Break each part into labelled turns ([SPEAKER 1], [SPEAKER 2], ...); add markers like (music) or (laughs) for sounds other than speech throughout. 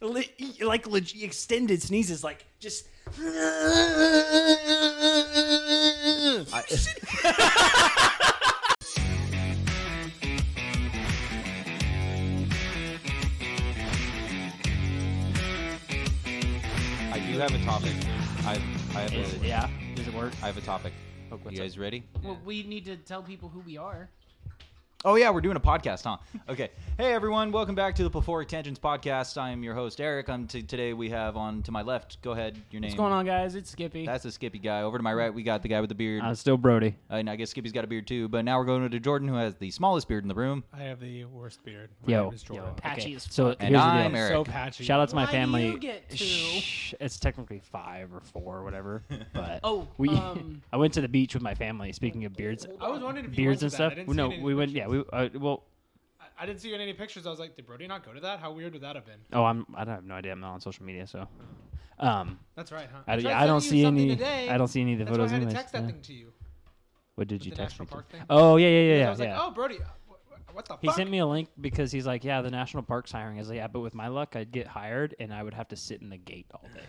[SPEAKER 1] le-
[SPEAKER 2] e,
[SPEAKER 1] like legit extended sneezes, like just. (laughs) I,
[SPEAKER 3] I do have a topic. I I have a,
[SPEAKER 1] yeah. Does it work? Oh,
[SPEAKER 3] I have a topic. you guys ready?
[SPEAKER 4] Well, we need to tell people who we are.
[SPEAKER 3] Oh yeah, we're doing a podcast, huh? Okay. Hey everyone, welcome back to the Before Tangents podcast. I am your host Eric. I'm t- today we have on to my left. Go ahead, your name.
[SPEAKER 4] What's going on, guys? It's Skippy.
[SPEAKER 3] That's the Skippy guy. Over to my right, we got the guy with the beard.
[SPEAKER 2] I'm Uh, still Brody.
[SPEAKER 3] Uh, and I guess Skippy's got a beard too. But now we're going to Jordan, who has the smallest beard in the room.
[SPEAKER 5] I have the worst beard. My
[SPEAKER 2] Yo,
[SPEAKER 5] name is Jordan.
[SPEAKER 4] Patchy as
[SPEAKER 2] So
[SPEAKER 4] fuck.
[SPEAKER 3] And
[SPEAKER 2] here's
[SPEAKER 3] I'm
[SPEAKER 2] the deal.
[SPEAKER 3] Eric.
[SPEAKER 5] So patchy.
[SPEAKER 2] Shout out to my
[SPEAKER 4] Why do
[SPEAKER 2] family.
[SPEAKER 4] you get two?
[SPEAKER 2] Shh, it's technically five or four or
[SPEAKER 3] (laughs)
[SPEAKER 2] whatever. But
[SPEAKER 4] Oh,
[SPEAKER 2] we. (laughs)
[SPEAKER 4] um,
[SPEAKER 2] I went to the beach with my family. Speaking of beards,
[SPEAKER 5] I was wondering if you
[SPEAKER 2] beards
[SPEAKER 5] went
[SPEAKER 2] and
[SPEAKER 5] to that.
[SPEAKER 2] stuff.
[SPEAKER 5] I didn't see
[SPEAKER 2] No,
[SPEAKER 5] any
[SPEAKER 2] we went.
[SPEAKER 5] pictures.
[SPEAKER 2] Yeah, we. Uh, well,
[SPEAKER 5] I- I didn't see you in any pictures. I was like, did Brody not go to that? How weird would that have been?
[SPEAKER 2] oh, I'm. I don't have no idea. I'm not on social media, so. Um,
[SPEAKER 5] That's right, huh?
[SPEAKER 2] I,
[SPEAKER 5] tried
[SPEAKER 2] yeah, I don't
[SPEAKER 5] sending you
[SPEAKER 2] see
[SPEAKER 5] something
[SPEAKER 2] any.
[SPEAKER 5] Today.
[SPEAKER 2] I don't see any of the
[SPEAKER 5] That's
[SPEAKER 2] photos.
[SPEAKER 5] why I had
[SPEAKER 2] anyways,
[SPEAKER 5] to text that
[SPEAKER 2] yeah.
[SPEAKER 5] thing to you.
[SPEAKER 2] What did you
[SPEAKER 5] the
[SPEAKER 2] text
[SPEAKER 5] national
[SPEAKER 2] me?
[SPEAKER 5] park
[SPEAKER 2] to?
[SPEAKER 5] thing.
[SPEAKER 2] Oh yeah, yeah, yeah,
[SPEAKER 5] Because
[SPEAKER 2] yeah.
[SPEAKER 5] I was like,
[SPEAKER 2] yeah.
[SPEAKER 5] oh, Brody, uh, wh- what the
[SPEAKER 2] He
[SPEAKER 5] fuck? (laughs)
[SPEAKER 2] sent me a link because he's like, yeah, the national park's hiring. I was like, yeah, but with my luck, I'd get hired and I would have to sit in the gate all day.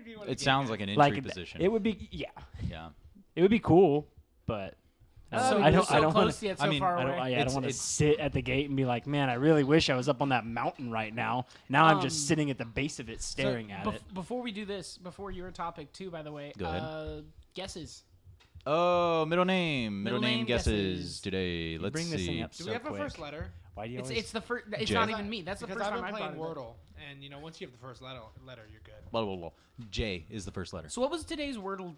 [SPEAKER 5] If you wanna
[SPEAKER 3] It
[SPEAKER 5] get
[SPEAKER 3] sounds like an entry
[SPEAKER 2] like th-
[SPEAKER 3] position.
[SPEAKER 2] It would be, yeah,
[SPEAKER 3] yeah.
[SPEAKER 2] it would be cool, but
[SPEAKER 4] so
[SPEAKER 2] I don't,
[SPEAKER 4] Oh, so
[SPEAKER 2] I don't
[SPEAKER 4] close
[SPEAKER 2] want to.
[SPEAKER 4] yet so
[SPEAKER 3] I mean,
[SPEAKER 4] far
[SPEAKER 2] I don't,
[SPEAKER 4] away.
[SPEAKER 2] I, I
[SPEAKER 3] It's-
[SPEAKER 2] don't want to
[SPEAKER 3] it's-
[SPEAKER 2] sit at the gate and be like, man, I really wish I was up on that mountain right now. Now I'm
[SPEAKER 4] Um,
[SPEAKER 2] just sitting at the base of it, staring at
[SPEAKER 4] Bef-
[SPEAKER 2] it.
[SPEAKER 4] Before we do this, before your topic too, by the way,
[SPEAKER 3] Go ahead.
[SPEAKER 4] Uh, guesses.
[SPEAKER 3] Oh, middle name. Middle,
[SPEAKER 4] Middle
[SPEAKER 3] name,
[SPEAKER 4] name
[SPEAKER 3] guesses,
[SPEAKER 4] guesses.
[SPEAKER 3] today. Let's
[SPEAKER 2] Bring
[SPEAKER 3] see.
[SPEAKER 2] this thing up
[SPEAKER 5] Do
[SPEAKER 2] so
[SPEAKER 5] we have
[SPEAKER 2] quick.
[SPEAKER 5] a first letter?
[SPEAKER 2] Why do you
[SPEAKER 4] It's
[SPEAKER 2] always?
[SPEAKER 4] it's the first. It's
[SPEAKER 3] J.
[SPEAKER 4] not even me. That's the
[SPEAKER 5] because
[SPEAKER 4] first
[SPEAKER 5] I've
[SPEAKER 4] time
[SPEAKER 5] been
[SPEAKER 4] I've
[SPEAKER 5] playing
[SPEAKER 4] thought of it.
[SPEAKER 5] Wordle, and you know, once you have the first letter, letter you're good.
[SPEAKER 3] Blah, blah, blah. J is the first letter.
[SPEAKER 4] So what was today's Wordle?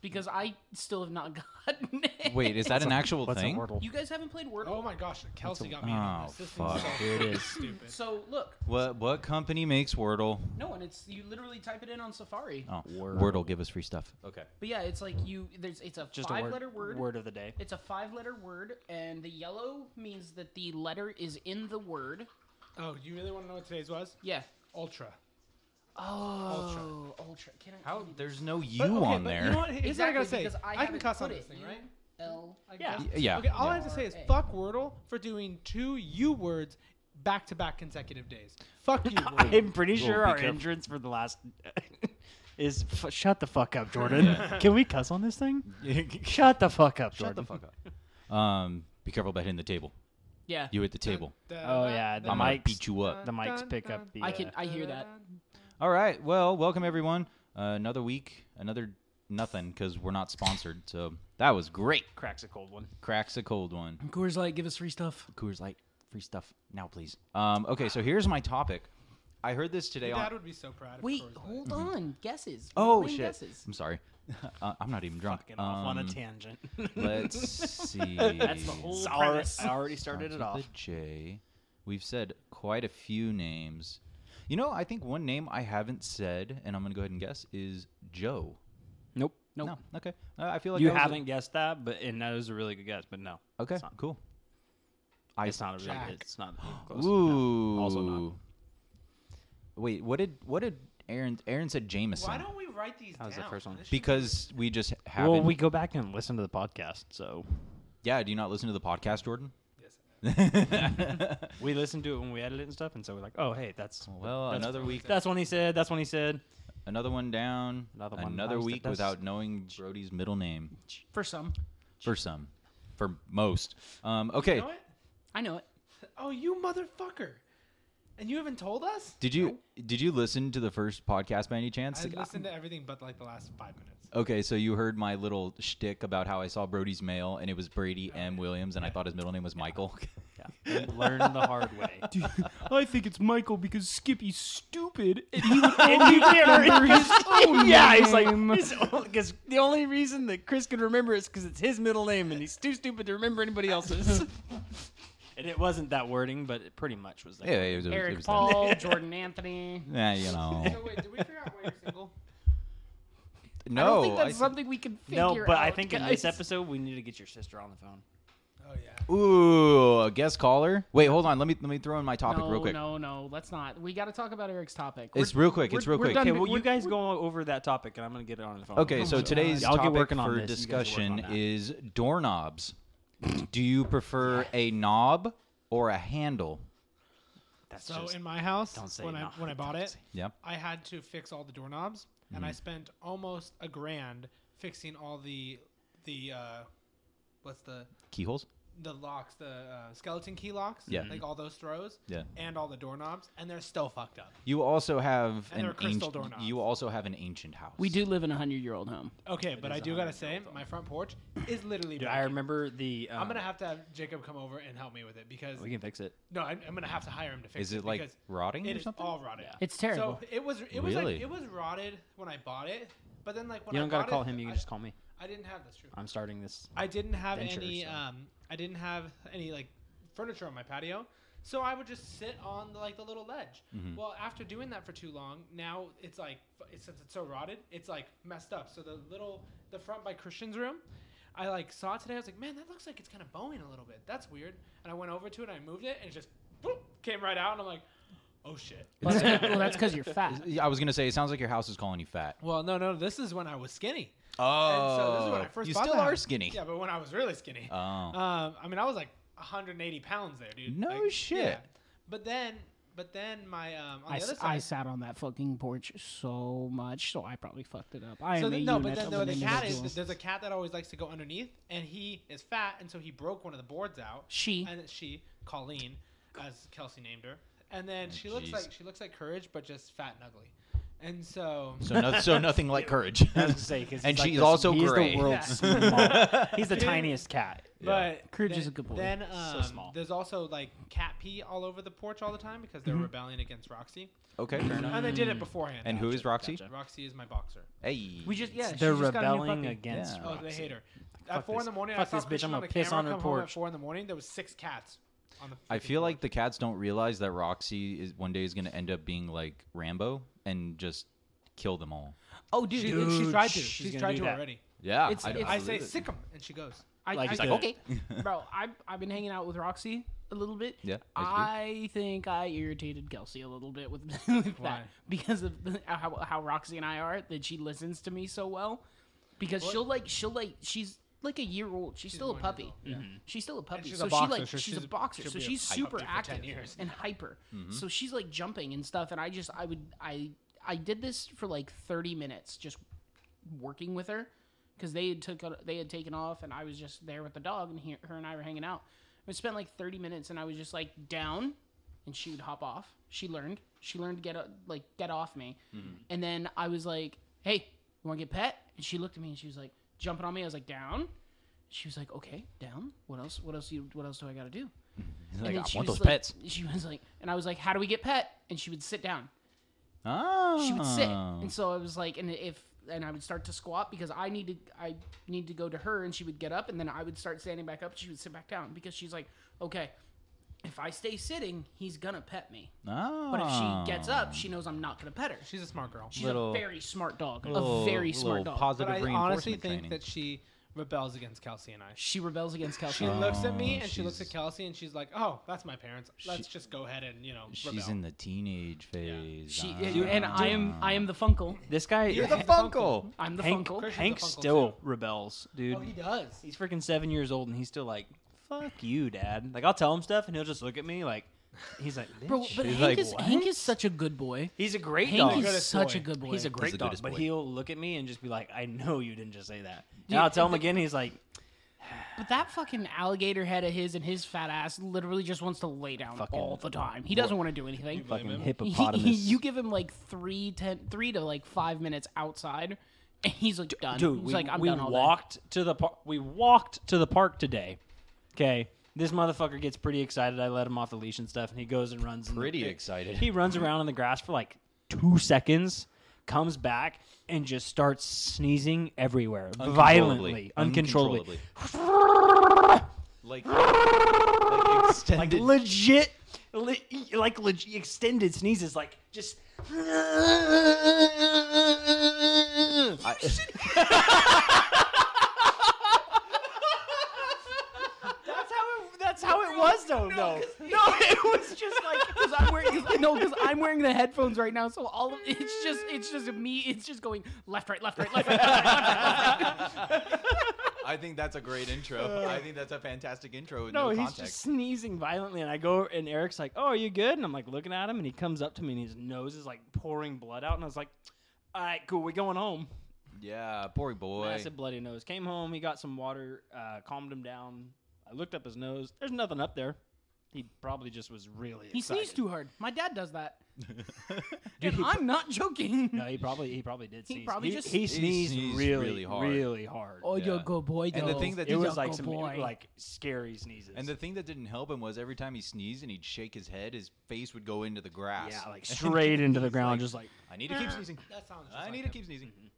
[SPEAKER 4] Because I still have not (laughs) gotten
[SPEAKER 3] (laughs)
[SPEAKER 4] it.
[SPEAKER 3] Wait, is that an actual
[SPEAKER 2] What's
[SPEAKER 3] thing?
[SPEAKER 2] a wordle?
[SPEAKER 4] You guys haven't played Wordle.
[SPEAKER 5] Oh my gosh, Kelsey got me.
[SPEAKER 3] Oh,
[SPEAKER 5] on this. This thing's
[SPEAKER 3] fuck.
[SPEAKER 5] so
[SPEAKER 3] Here it is.
[SPEAKER 5] Stupid.
[SPEAKER 4] So look,
[SPEAKER 3] What what company makes Wordle?
[SPEAKER 4] no, and it's you literally type it in on Safari.
[SPEAKER 3] Oh, Wordle,
[SPEAKER 2] Wordle.
[SPEAKER 3] give us free stuff. Okay.
[SPEAKER 4] But yeah, it's like you. There's it's a
[SPEAKER 2] Just a
[SPEAKER 4] five
[SPEAKER 2] word,
[SPEAKER 4] letter word.
[SPEAKER 2] word of the day.
[SPEAKER 4] It's a five letter word, and the yellow means that the letter is in the word.
[SPEAKER 5] Oh, you really want to know what today's was?
[SPEAKER 4] Yeah.
[SPEAKER 5] Ultra.
[SPEAKER 4] Oh, ultra. Can I?
[SPEAKER 3] How there's no U
[SPEAKER 5] But, okay,
[SPEAKER 3] on
[SPEAKER 5] but
[SPEAKER 3] there.
[SPEAKER 5] You know what? Here's what I gotta say.
[SPEAKER 4] because
[SPEAKER 5] I can
[SPEAKER 4] haven't
[SPEAKER 5] cuss
[SPEAKER 4] put
[SPEAKER 5] on
[SPEAKER 4] it.
[SPEAKER 5] this thing, right?
[SPEAKER 4] UL.
[SPEAKER 2] Yeah.
[SPEAKER 3] Y- Yeah.
[SPEAKER 5] Okay, all I
[SPEAKER 3] yeah.
[SPEAKER 5] have to say is
[SPEAKER 4] R.A.
[SPEAKER 5] fuck Wordle for doing two U words back to back consecutive days. Fuck you, Wordle.
[SPEAKER 2] I'm pretty
[SPEAKER 3] Well,
[SPEAKER 2] sure
[SPEAKER 3] be
[SPEAKER 2] our
[SPEAKER 3] careful.
[SPEAKER 2] entrance for the (laughs) last is f- shut the fuck up, Jordan. (laughs) Can we cuss on this thing? Shut the fuck up,
[SPEAKER 3] Shut the
[SPEAKER 2] Jordan.
[SPEAKER 3] fuck up. (laughs) Um, be careful about hitting the table.
[SPEAKER 4] Yeah.
[SPEAKER 3] You hit the table.
[SPEAKER 2] Oh yeah, the
[SPEAKER 3] I'm gonna
[SPEAKER 2] mics.
[SPEAKER 3] beat you up.
[SPEAKER 2] The mics pick up the.
[SPEAKER 4] I can.
[SPEAKER 2] uh,
[SPEAKER 4] I hear that.
[SPEAKER 3] All right. Well, welcome everyone. Uh, another week, another nothing because we're not sponsored. So that was great.
[SPEAKER 2] cracks a cold one.
[SPEAKER 3] Cracks a cold one.
[SPEAKER 4] Coors Light, give us free stuff.
[SPEAKER 3] Coors Light, free stuff now, please. Um, okay, so here's my topic. I heard this today on.
[SPEAKER 5] Dad would be so proud. Of
[SPEAKER 4] Wait,
[SPEAKER 5] Coors Light.
[SPEAKER 4] hold on. Guesses. We're
[SPEAKER 3] Oh
[SPEAKER 4] playing
[SPEAKER 3] shit!
[SPEAKER 4] Guesses.
[SPEAKER 3] I'm sorry. (laughs) Uh, I'm not even drunk.
[SPEAKER 2] Fucking off on a
[SPEAKER 3] Um,
[SPEAKER 2] (laughs) tangent.
[SPEAKER 3] Let's see.
[SPEAKER 2] That's the whole premise. I already started (laughs)
[SPEAKER 3] Starts
[SPEAKER 2] it
[SPEAKER 3] with a
[SPEAKER 2] off.
[SPEAKER 3] J. We've said quite a few names. You know, I think one name I haven't said, and I'm gonna go ahead and guess, is Joe.
[SPEAKER 2] Nope.
[SPEAKER 3] No, okay. Uh, I feel like
[SPEAKER 2] you
[SPEAKER 3] I was a-
[SPEAKER 2] haven't guessed that, but and that was a really good guess. But no,
[SPEAKER 3] okay,
[SPEAKER 2] it's not,
[SPEAKER 3] cool. I
[SPEAKER 2] it's not a really.
[SPEAKER 5] Jack.
[SPEAKER 2] It's not close.
[SPEAKER 3] Ooh.
[SPEAKER 2] Also not.
[SPEAKER 3] Wait, what did what did Aaron Aaron said Jameson?
[SPEAKER 5] Why don't we write these
[SPEAKER 2] That was the
[SPEAKER 5] down?
[SPEAKER 2] first one.
[SPEAKER 5] This should-
[SPEAKER 3] because we just haven't.
[SPEAKER 2] Well, we go back and listen to the podcast, so
[SPEAKER 3] yeah. Do you not listen to the podcast, Jordan?
[SPEAKER 5] Yes.
[SPEAKER 3] (laughs)
[SPEAKER 2] we listen to it when we edit it and stuff, and so we're like, oh hey, that's
[SPEAKER 3] Well,
[SPEAKER 2] that's-
[SPEAKER 3] another week,
[SPEAKER 2] That's when he said. That's when he said.
[SPEAKER 3] another one down,
[SPEAKER 2] Another one.
[SPEAKER 3] another
[SPEAKER 2] That was the-
[SPEAKER 3] week
[SPEAKER 2] that was-
[SPEAKER 3] without knowing Brody's middle name
[SPEAKER 4] For some,
[SPEAKER 3] for some, for most. Um, okay,
[SPEAKER 5] You know what?
[SPEAKER 4] I know it.
[SPEAKER 5] Oh, you motherfucker! And you haven't told us?
[SPEAKER 3] did you did you listen to the first podcast by any chance?
[SPEAKER 5] I
[SPEAKER 3] Like,
[SPEAKER 5] listened to everything but like the last five minutes.
[SPEAKER 3] Okay, so you heard my little shtick about how I saw Brody's mail and it was Brady M. Williams and I thought his middle name was Michael. (laughs)
[SPEAKER 2] Yeah. Learn the hard
[SPEAKER 4] (laughs)
[SPEAKER 2] way.
[SPEAKER 4] I think it's Michael because Skippy's stupid.
[SPEAKER 2] (laughs) and you can't remember (laughs) his own Yeah, he's like, because the only reason that Chris could remember is because it's his middle name, and he's too stupid to remember
[SPEAKER 4] (laughs)
[SPEAKER 2] anybody else's. and it wasn't that wording, but it pretty much was that.
[SPEAKER 3] yeah, it was, it was- it
[SPEAKER 4] Eric
[SPEAKER 3] was
[SPEAKER 4] (laughs) Paul, Jordan Anthony.
[SPEAKER 3] Them. Yeah, you know.
[SPEAKER 5] So wait, did we figure out why you're single?
[SPEAKER 3] No,
[SPEAKER 4] I don't think that's
[SPEAKER 3] Oh, I-
[SPEAKER 4] something we can figure
[SPEAKER 2] No, but I
[SPEAKER 4] out,
[SPEAKER 2] think in
[SPEAKER 4] guys.
[SPEAKER 2] this episode we need to get your sister on the phone.
[SPEAKER 5] Oh yeah.
[SPEAKER 3] Ooh, a guest caller. Wait, hold on. Let me let me throw in my topic
[SPEAKER 4] no,
[SPEAKER 3] real quick.
[SPEAKER 4] No, no, let's not. We got to talk about Eric's topic.
[SPEAKER 3] It's
[SPEAKER 4] We're-
[SPEAKER 3] real quick. It's
[SPEAKER 4] we're-
[SPEAKER 3] real
[SPEAKER 4] we're
[SPEAKER 3] quick.
[SPEAKER 4] done
[SPEAKER 2] Okay, well
[SPEAKER 4] with-
[SPEAKER 2] you guys go over that topic, and I'm gonna get it on the phone.
[SPEAKER 1] Oh
[SPEAKER 3] Okay, so
[SPEAKER 4] my God.
[SPEAKER 3] today's
[SPEAKER 2] I'll get
[SPEAKER 3] topic
[SPEAKER 2] working on
[SPEAKER 3] for
[SPEAKER 2] this. You guys work
[SPEAKER 3] discussion
[SPEAKER 2] on that.
[SPEAKER 3] is doorknobs. Do you prefer a knob or a handle?
[SPEAKER 1] That's
[SPEAKER 5] So
[SPEAKER 1] just
[SPEAKER 5] in my house,
[SPEAKER 1] don't say
[SPEAKER 5] when
[SPEAKER 1] no.
[SPEAKER 5] I when I bought
[SPEAKER 1] Don't
[SPEAKER 5] it,
[SPEAKER 1] say-
[SPEAKER 3] Yeah.
[SPEAKER 5] I had to fix all the doorknobs, and
[SPEAKER 1] Hmm.
[SPEAKER 5] I spent almost a grand fixing all the the uh, what's the
[SPEAKER 3] Keyholes.
[SPEAKER 5] the locks, the uh, skeleton key locks,
[SPEAKER 3] Yeah.
[SPEAKER 5] like all those throws,
[SPEAKER 3] Yeah.
[SPEAKER 5] and all the doorknobs, and they're still fucked up.
[SPEAKER 3] You also have
[SPEAKER 5] And they're
[SPEAKER 3] an
[SPEAKER 5] crystal
[SPEAKER 3] ancient.
[SPEAKER 5] doorknobs.
[SPEAKER 3] You also have an ancient house.
[SPEAKER 4] We do live in a hundred-year-old home.
[SPEAKER 5] Okay, but I do gotta say, my front porch is literally.
[SPEAKER 1] Dude, I
[SPEAKER 5] broken.
[SPEAKER 1] remember the. Um,
[SPEAKER 5] I'm gonna have to have Jacob come over and help me with it because
[SPEAKER 1] We can fix it.
[SPEAKER 5] no, I'm, I'm gonna have to hire him to fix
[SPEAKER 3] Is
[SPEAKER 5] it.
[SPEAKER 3] it like
[SPEAKER 5] because
[SPEAKER 3] rotting
[SPEAKER 5] it
[SPEAKER 3] or
[SPEAKER 5] is
[SPEAKER 3] something?
[SPEAKER 5] all rotted.
[SPEAKER 4] It's terrible.
[SPEAKER 5] (laughs) So it was it was
[SPEAKER 3] Really?
[SPEAKER 5] like it was rotted when I bought it, but then like when
[SPEAKER 1] You
[SPEAKER 5] I
[SPEAKER 1] don't gotta
[SPEAKER 5] bought
[SPEAKER 1] call
[SPEAKER 5] it,
[SPEAKER 1] him. You
[SPEAKER 5] I,
[SPEAKER 1] can just call me.
[SPEAKER 5] I didn't have this true.
[SPEAKER 1] I'm starting this.
[SPEAKER 5] I didn't have
[SPEAKER 1] venture,
[SPEAKER 5] any
[SPEAKER 1] so-
[SPEAKER 5] um I didn't have any like furniture on my patio. So I would just sit on like the little ledge.
[SPEAKER 3] Mm-hmm.
[SPEAKER 5] Well, after doing that for too long, now it's like f- it- since it's so rotted, it's like messed up. So the little the front by Christian's room, I like saw it today. I was like, man, that looks like it's kind of bowing a little bit. That's weird. And I went over to it and I moved it and it just boop, came right out. And I'm like, oh shit.
[SPEAKER 4] well, that's because
[SPEAKER 5] (laughs)
[SPEAKER 4] you're fat.
[SPEAKER 3] I was gonna say it sounds like your house is calling you fat.
[SPEAKER 5] Well, no, no, this is when I was skinny.
[SPEAKER 3] Oh,
[SPEAKER 5] And so this is when I first
[SPEAKER 3] you
[SPEAKER 5] bought
[SPEAKER 3] still
[SPEAKER 5] the
[SPEAKER 3] are
[SPEAKER 5] house.
[SPEAKER 3] skinny.
[SPEAKER 5] Yeah, but when I was really skinny.
[SPEAKER 3] Oh,
[SPEAKER 5] Um, I mean, I was like 180 pounds there, dude.
[SPEAKER 3] No
[SPEAKER 5] Like,
[SPEAKER 3] shit.
[SPEAKER 5] yeah. But then, but then my um, on
[SPEAKER 4] I,
[SPEAKER 5] the other
[SPEAKER 4] s- I
[SPEAKER 5] side.
[SPEAKER 4] sat on that fucking porch so much, so I probably fucked it up. I
[SPEAKER 5] so
[SPEAKER 4] am
[SPEAKER 5] then,
[SPEAKER 4] a
[SPEAKER 5] no,
[SPEAKER 4] unit
[SPEAKER 5] but then
[SPEAKER 4] of
[SPEAKER 5] the,
[SPEAKER 4] an
[SPEAKER 5] the cat is
[SPEAKER 4] individual.
[SPEAKER 5] there's a cat that always likes to go underneath, and he is fat, and so he broke one of the boards out.
[SPEAKER 4] She.
[SPEAKER 5] and she Colleen, as Kelsey named her, and then
[SPEAKER 4] Oh,
[SPEAKER 5] she looks
[SPEAKER 3] jeez.
[SPEAKER 5] like she looks like Courage, but just fat and ugly, and so.
[SPEAKER 3] so no, (laughs) so nothing like courage. and she's also
[SPEAKER 1] he's
[SPEAKER 3] gray.
[SPEAKER 1] the world's small. He's the tiniest cat.
[SPEAKER 5] But
[SPEAKER 4] Courage
[SPEAKER 5] then-
[SPEAKER 4] is a good boy.
[SPEAKER 5] Then um,
[SPEAKER 1] small.
[SPEAKER 5] there's also like cat pee all over the porch all the time because
[SPEAKER 4] Mm-hmm.
[SPEAKER 5] they're rebelling against Roxy,
[SPEAKER 3] Okay, fair enough.
[SPEAKER 5] and Oh, they did it beforehand.
[SPEAKER 3] And who is Roxy?
[SPEAKER 1] Gotcha.
[SPEAKER 5] Roxy is my boxer.
[SPEAKER 3] Hey,
[SPEAKER 4] we just yeah, she
[SPEAKER 1] They're
[SPEAKER 4] just got a new
[SPEAKER 1] rebelling
[SPEAKER 4] puppy.
[SPEAKER 1] against.
[SPEAKER 3] Yeah.
[SPEAKER 5] Oh,
[SPEAKER 1] Roxy.
[SPEAKER 5] they hate her.
[SPEAKER 1] Fuck
[SPEAKER 5] At four
[SPEAKER 1] this-
[SPEAKER 5] in the morning,
[SPEAKER 1] fuck
[SPEAKER 5] I saw
[SPEAKER 1] this bitch,
[SPEAKER 5] Christian
[SPEAKER 1] I'm
[SPEAKER 5] on
[SPEAKER 1] gonna
[SPEAKER 5] the
[SPEAKER 1] piss
[SPEAKER 5] camera
[SPEAKER 1] on her
[SPEAKER 5] come home
[SPEAKER 1] porch.
[SPEAKER 5] At four in the morning, there was six cats on the.
[SPEAKER 3] I
[SPEAKER 5] freaking
[SPEAKER 3] feel
[SPEAKER 5] porch.
[SPEAKER 3] like the cats don't realize that Roxy is one day is gonna end up being like Rambo and just kill them all.
[SPEAKER 5] Oh, dude,
[SPEAKER 1] Dude,
[SPEAKER 5] she tried to.
[SPEAKER 1] she's
[SPEAKER 5] She's,
[SPEAKER 1] gonna
[SPEAKER 5] tried
[SPEAKER 1] do
[SPEAKER 5] to
[SPEAKER 1] that.
[SPEAKER 5] already.
[SPEAKER 3] Yeah,
[SPEAKER 4] It's-
[SPEAKER 3] I,
[SPEAKER 4] it's-
[SPEAKER 5] I
[SPEAKER 3] believe
[SPEAKER 5] say
[SPEAKER 3] it.
[SPEAKER 5] sick 'em, and she goes.
[SPEAKER 4] I,
[SPEAKER 1] Like,
[SPEAKER 4] I,
[SPEAKER 1] she's
[SPEAKER 4] I-
[SPEAKER 1] like, okay.
[SPEAKER 4] (laughs) bro. I've I've been hanging out with Roxy a little bit.
[SPEAKER 3] Yeah, as you do.
[SPEAKER 4] I think I irritated Kelsey a little bit with, (laughs) with that because of the, how how Roxy and I are. That she listens to me so well because she'll like she'll like she's. Like a year old, she's, still a
[SPEAKER 5] one year
[SPEAKER 4] puppy. Mm-hmm.
[SPEAKER 5] old, yeah.
[SPEAKER 4] She's still a puppy,
[SPEAKER 5] she's
[SPEAKER 4] so she
[SPEAKER 5] a boxer,
[SPEAKER 4] like
[SPEAKER 5] so
[SPEAKER 4] she's, a
[SPEAKER 5] she's-
[SPEAKER 4] boxer,
[SPEAKER 5] she'll
[SPEAKER 4] so
[SPEAKER 5] be a
[SPEAKER 4] she's
[SPEAKER 5] puppy
[SPEAKER 4] super
[SPEAKER 5] for 10
[SPEAKER 4] active
[SPEAKER 5] years. Mm-hmm.
[SPEAKER 4] and hyper. So she's like jumping and stuff. And I just I would I I did this for like thirty minutes, just working with her because they had took they had taken off and I was just there with the dog and he, her and I were hanging out. We spent like 30 minutes and I was just like down and she would hop off. She learned. She learned to get o- like get off me.
[SPEAKER 5] Mm-hmm.
[SPEAKER 4] And then I was like, "Hey, you want to get pet?" And she looked at me and she was like jumping on me. I was like, "Down." She was like, "Okay, down. What else? What else you what else do I got to do?"
[SPEAKER 3] He's
[SPEAKER 4] And
[SPEAKER 3] like,
[SPEAKER 4] then
[SPEAKER 3] I
[SPEAKER 4] she
[SPEAKER 3] want
[SPEAKER 4] was
[SPEAKER 3] those
[SPEAKER 4] like-
[SPEAKER 3] pets.
[SPEAKER 4] She was like, and I was like, "How do we get pet?" And she would sit down
[SPEAKER 3] Oh,
[SPEAKER 4] she would sit and so i was like and if and i would start to squat because i need to i need to go to her and she would get up and then i would start standing back up she would sit back down because she's like okay if i stay sitting he's gonna pet me but if she gets up she knows i'm not gonna pet her
[SPEAKER 5] She's a smart girl.
[SPEAKER 4] she's
[SPEAKER 3] Little-
[SPEAKER 4] a very smart dog
[SPEAKER 3] Little-
[SPEAKER 4] a very
[SPEAKER 3] Oh.
[SPEAKER 4] smart
[SPEAKER 3] little
[SPEAKER 4] dog
[SPEAKER 5] But
[SPEAKER 3] Positive
[SPEAKER 5] I
[SPEAKER 3] reinforcement
[SPEAKER 5] honestly think
[SPEAKER 3] training.
[SPEAKER 5] that she rebels against Kelsey and I.
[SPEAKER 4] she rebels against
[SPEAKER 5] She
[SPEAKER 4] kelsey
[SPEAKER 5] looks at me
[SPEAKER 3] Oh,
[SPEAKER 5] and she looks at
[SPEAKER 3] she's-
[SPEAKER 5] Kelsey and she's like, "Oh, that's my parents. Let's just go ahead and you know rebel."
[SPEAKER 3] She's in the teenage phase.
[SPEAKER 4] she
[SPEAKER 3] Ah.
[SPEAKER 4] and i am i am the funkle
[SPEAKER 1] This guy.
[SPEAKER 3] You're the Funkle.
[SPEAKER 4] i'm the
[SPEAKER 1] Hank,
[SPEAKER 4] funkle
[SPEAKER 5] Christian's
[SPEAKER 1] Hank
[SPEAKER 5] a Funkle
[SPEAKER 1] still rebels, dude.
[SPEAKER 5] oh, he does.
[SPEAKER 1] He's freaking seven years old and he's still like, "Fuck you, dad." Like I'll tell him stuff and he'll just look at me like, he's like,
[SPEAKER 4] bro
[SPEAKER 1] "Bitch."
[SPEAKER 4] but
[SPEAKER 3] She's
[SPEAKER 4] hank
[SPEAKER 3] like,
[SPEAKER 4] is hank is such a good boy
[SPEAKER 1] He's a great
[SPEAKER 4] hank
[SPEAKER 1] dog.
[SPEAKER 4] is
[SPEAKER 5] Goodest
[SPEAKER 4] such
[SPEAKER 5] boy.
[SPEAKER 4] a good boy
[SPEAKER 1] He's a
[SPEAKER 3] the
[SPEAKER 1] great dog, (laughs)
[SPEAKER 3] goodest
[SPEAKER 1] but
[SPEAKER 3] boy.
[SPEAKER 1] he'll look at me and just be like, "I know you didn't just say that."
[SPEAKER 4] Dude,
[SPEAKER 1] And I'll tell him
[SPEAKER 4] the-
[SPEAKER 1] again. He's like,
[SPEAKER 4] But that fucking alligator head of his and his fat ass literally just wants to lay down
[SPEAKER 1] Fucking-
[SPEAKER 4] all the time. He doesn't want to do anything.
[SPEAKER 1] "Fucking
[SPEAKER 4] He-
[SPEAKER 1] hippopotamus."
[SPEAKER 4] he- (laughs) you give him like three, ten, three to like five minutes outside, and he's like done.
[SPEAKER 1] dude
[SPEAKER 4] he's
[SPEAKER 1] we,
[SPEAKER 4] like I'm
[SPEAKER 1] we
[SPEAKER 4] done all day."
[SPEAKER 1] walked to the park we walked to the park today okay this motherfucker gets pretty excited i let him off the leash and stuff and he goes and runs in the-
[SPEAKER 3] Pretty excited.
[SPEAKER 1] he runs around on the grass for like two seconds comes back and just starts sneezing everywhere violently uncontrollably,
[SPEAKER 3] like, like extended.
[SPEAKER 1] legit
[SPEAKER 2] Le- like legit extended sneezes, like just. I
[SPEAKER 3] I- (laughs)
[SPEAKER 1] that's how it, that's how it was though though
[SPEAKER 4] No, it was just like because I'm wearing cause, no, because I'm wearing the headphones right now, so all of it's
[SPEAKER 1] (laughs)
[SPEAKER 4] just it's just me. It's just going left, right, left, right, left, right, left, right, left, right, left, right.
[SPEAKER 3] I think that's a great intro. I think that's a fantastic intro with
[SPEAKER 1] No,
[SPEAKER 3] no,
[SPEAKER 1] he's
[SPEAKER 3] context.
[SPEAKER 1] just sneezing violently, and I go and Eric's like, "Oh, are you good?" And I'm like looking at him, and he comes up to me, and his nose is like pouring blood out, and I was like, "All right, cool, we going home."
[SPEAKER 3] Yeah, poor boy. (laughs)
[SPEAKER 1] Massive bloody nose. Came home, he got some water, uh, calmed him down. I looked up his nose. There's nothing up there. He probably just was really.
[SPEAKER 4] He
[SPEAKER 1] excited.
[SPEAKER 4] sneezed too hard. My dad does that. and I'm not joking.
[SPEAKER 1] No, he probably he probably did.
[SPEAKER 4] He
[SPEAKER 1] sneeze.
[SPEAKER 4] probably
[SPEAKER 1] he,
[SPEAKER 4] just-
[SPEAKER 1] he
[SPEAKER 4] He
[SPEAKER 1] sneezed,
[SPEAKER 3] sneezed
[SPEAKER 1] really,
[SPEAKER 3] really
[SPEAKER 1] really hard.
[SPEAKER 3] hard.
[SPEAKER 4] Oh,
[SPEAKER 3] Yeah.
[SPEAKER 4] you're a good boy,
[SPEAKER 3] And the
[SPEAKER 4] though.
[SPEAKER 3] thing that
[SPEAKER 1] it
[SPEAKER 3] He's
[SPEAKER 1] was like
[SPEAKER 4] Good
[SPEAKER 1] some
[SPEAKER 4] boy.
[SPEAKER 1] like scary sneezes.
[SPEAKER 3] And the thing that didn't help him was every time he sneezed and he'd shake his head, his face would go into the grass.
[SPEAKER 1] yeah, (laughs) like straight into the ground, just like
[SPEAKER 3] (laughs) I need to keep
[SPEAKER 1] (laughs)
[SPEAKER 3] sneezing.
[SPEAKER 5] That sounds. Just
[SPEAKER 3] I
[SPEAKER 5] like
[SPEAKER 3] need to
[SPEAKER 5] him.
[SPEAKER 3] keep sneezing.
[SPEAKER 1] Mm-hmm.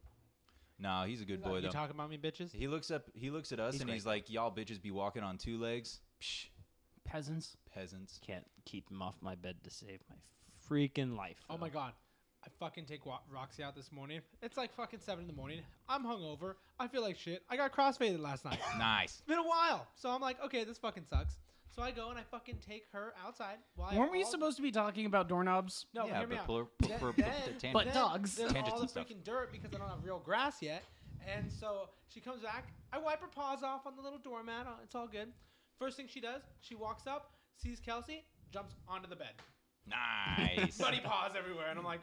[SPEAKER 3] Nah, he's a good boy
[SPEAKER 5] You
[SPEAKER 3] though.
[SPEAKER 5] talking about me, bitches?
[SPEAKER 3] he looks up. He looks at us and
[SPEAKER 1] great.
[SPEAKER 3] he's like, "Y'all bitches be walking on two legs, Psh,
[SPEAKER 4] peasants.
[SPEAKER 3] peasants."
[SPEAKER 1] can't keep him off my bed to save my freaking life.
[SPEAKER 5] Oh my god. I fucking take Wa- Roxy out this morning. It's like fucking seven in the morning. I'm hungover. I feel like shit. I got crossfaded
[SPEAKER 3] (coughs)
[SPEAKER 5] last night.
[SPEAKER 3] Nice.
[SPEAKER 5] It's been a while, so I'm like, okay, this fucking sucks. So I go and I fucking take her outside. While I
[SPEAKER 4] Weren't we
[SPEAKER 5] all-
[SPEAKER 4] supposed to be talking about doorknobs?
[SPEAKER 5] No,
[SPEAKER 3] yeah,
[SPEAKER 5] hear me
[SPEAKER 3] but
[SPEAKER 5] out.
[SPEAKER 3] plur-
[SPEAKER 5] Then-
[SPEAKER 3] plur-
[SPEAKER 5] then-
[SPEAKER 3] tangents.
[SPEAKER 4] But
[SPEAKER 5] then
[SPEAKER 4] dogs.
[SPEAKER 5] There's
[SPEAKER 3] Tangents
[SPEAKER 5] all the
[SPEAKER 3] and stuff.
[SPEAKER 5] freaking dirt because I don't have real grass yet. And so she comes back. I wipe her paws off on the little doormat. uh, It's all good. First thing she does, she walks up, sees Kelsey, jumps onto the bed.
[SPEAKER 3] Nice.
[SPEAKER 5] (laughs) Buddy paws everywhere, and I'm like,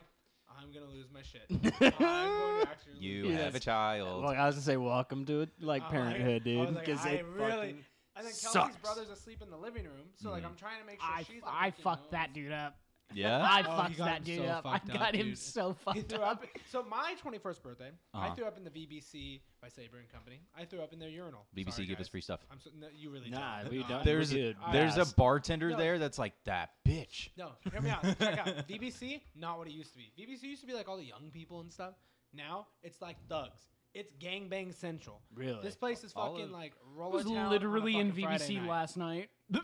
[SPEAKER 5] I'm gonna lose
[SPEAKER 1] (laughs)
[SPEAKER 5] my shit. I'm going to actually lose
[SPEAKER 3] you
[SPEAKER 1] Yes.
[SPEAKER 3] have a child.
[SPEAKER 1] Like I was gonna say, welcome to it, like
[SPEAKER 5] I'm like-
[SPEAKER 1] parenthood,
[SPEAKER 5] I
[SPEAKER 1] dude.
[SPEAKER 5] was like,
[SPEAKER 1] Because
[SPEAKER 5] I
[SPEAKER 1] it
[SPEAKER 5] really.
[SPEAKER 1] fucking-
[SPEAKER 5] And then Kelsey's
[SPEAKER 1] sucks.
[SPEAKER 5] brother's asleep in the living room, so
[SPEAKER 3] Mm.
[SPEAKER 5] like I'm trying to make sure
[SPEAKER 4] I,
[SPEAKER 5] she's.
[SPEAKER 4] I
[SPEAKER 5] awake and
[SPEAKER 4] fucked
[SPEAKER 5] knows.
[SPEAKER 4] that dude up.
[SPEAKER 3] yeah.
[SPEAKER 4] I
[SPEAKER 5] Oh, he
[SPEAKER 4] fucked
[SPEAKER 5] got
[SPEAKER 4] that
[SPEAKER 5] him
[SPEAKER 4] dude
[SPEAKER 5] so
[SPEAKER 4] up. I
[SPEAKER 5] fucked up,
[SPEAKER 4] got him
[SPEAKER 5] dude.
[SPEAKER 4] so
[SPEAKER 5] (laughs) He
[SPEAKER 4] fucked
[SPEAKER 5] threw
[SPEAKER 4] up.
[SPEAKER 5] up. So my 21st birthday,
[SPEAKER 3] Uh-huh.
[SPEAKER 5] I threw up in the VBC by Saber and Company. I threw up in their urinal.
[SPEAKER 3] BBC
[SPEAKER 5] Sorry,
[SPEAKER 3] give us
[SPEAKER 5] guys.
[SPEAKER 3] free stuff.
[SPEAKER 5] I'm so, no, you really
[SPEAKER 1] Nah,
[SPEAKER 5] don't.
[SPEAKER 1] we
[SPEAKER 5] Uh,
[SPEAKER 1] don't.
[SPEAKER 3] There's
[SPEAKER 1] Dude,
[SPEAKER 3] there's a
[SPEAKER 1] yes.
[SPEAKER 3] bartender
[SPEAKER 5] No.
[SPEAKER 3] there that's like that bitch.
[SPEAKER 5] No, hear me out. Check out (laughs) VBC. Not what it used to be. VBC used to be like all the young people and stuff. Now it's like thugs. It's gangbang central.
[SPEAKER 1] Really?
[SPEAKER 5] This place is
[SPEAKER 3] All
[SPEAKER 5] fucking
[SPEAKER 3] of-
[SPEAKER 5] like
[SPEAKER 4] I
[SPEAKER 5] roller.
[SPEAKER 4] was literally in VBC
[SPEAKER 5] night.
[SPEAKER 4] last night. (laughs) I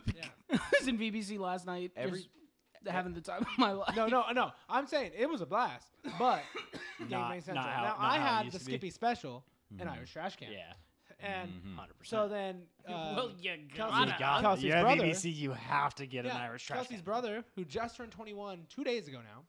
[SPEAKER 4] was in VBC last night.
[SPEAKER 3] Every-
[SPEAKER 4] just having the time of my life. (laughs)
[SPEAKER 5] No, no, no. I'm saying it was a blast,
[SPEAKER 1] (coughs)
[SPEAKER 5] but gangbang
[SPEAKER 1] Not-
[SPEAKER 5] central.
[SPEAKER 1] not how-
[SPEAKER 5] now
[SPEAKER 1] not
[SPEAKER 5] I
[SPEAKER 1] how it
[SPEAKER 5] had
[SPEAKER 1] used
[SPEAKER 5] the
[SPEAKER 1] to be. Mm-hmm.
[SPEAKER 5] Skippy special and Irish trash can.
[SPEAKER 1] yeah, Mm-hmm.
[SPEAKER 5] and
[SPEAKER 3] Mm-hmm.
[SPEAKER 5] (laughs)
[SPEAKER 1] hundred percent. (laughs)
[SPEAKER 5] so then. Um,
[SPEAKER 4] well, you
[SPEAKER 5] Kelsey-
[SPEAKER 4] gotta.
[SPEAKER 5] got- Kelsey's
[SPEAKER 1] yeah,
[SPEAKER 5] brother-
[SPEAKER 1] BBC, you have to get an
[SPEAKER 5] Yeah,
[SPEAKER 1] Irish trash.
[SPEAKER 5] Kelsey's
[SPEAKER 1] can.
[SPEAKER 5] brother, who just turned 21 two days ago now,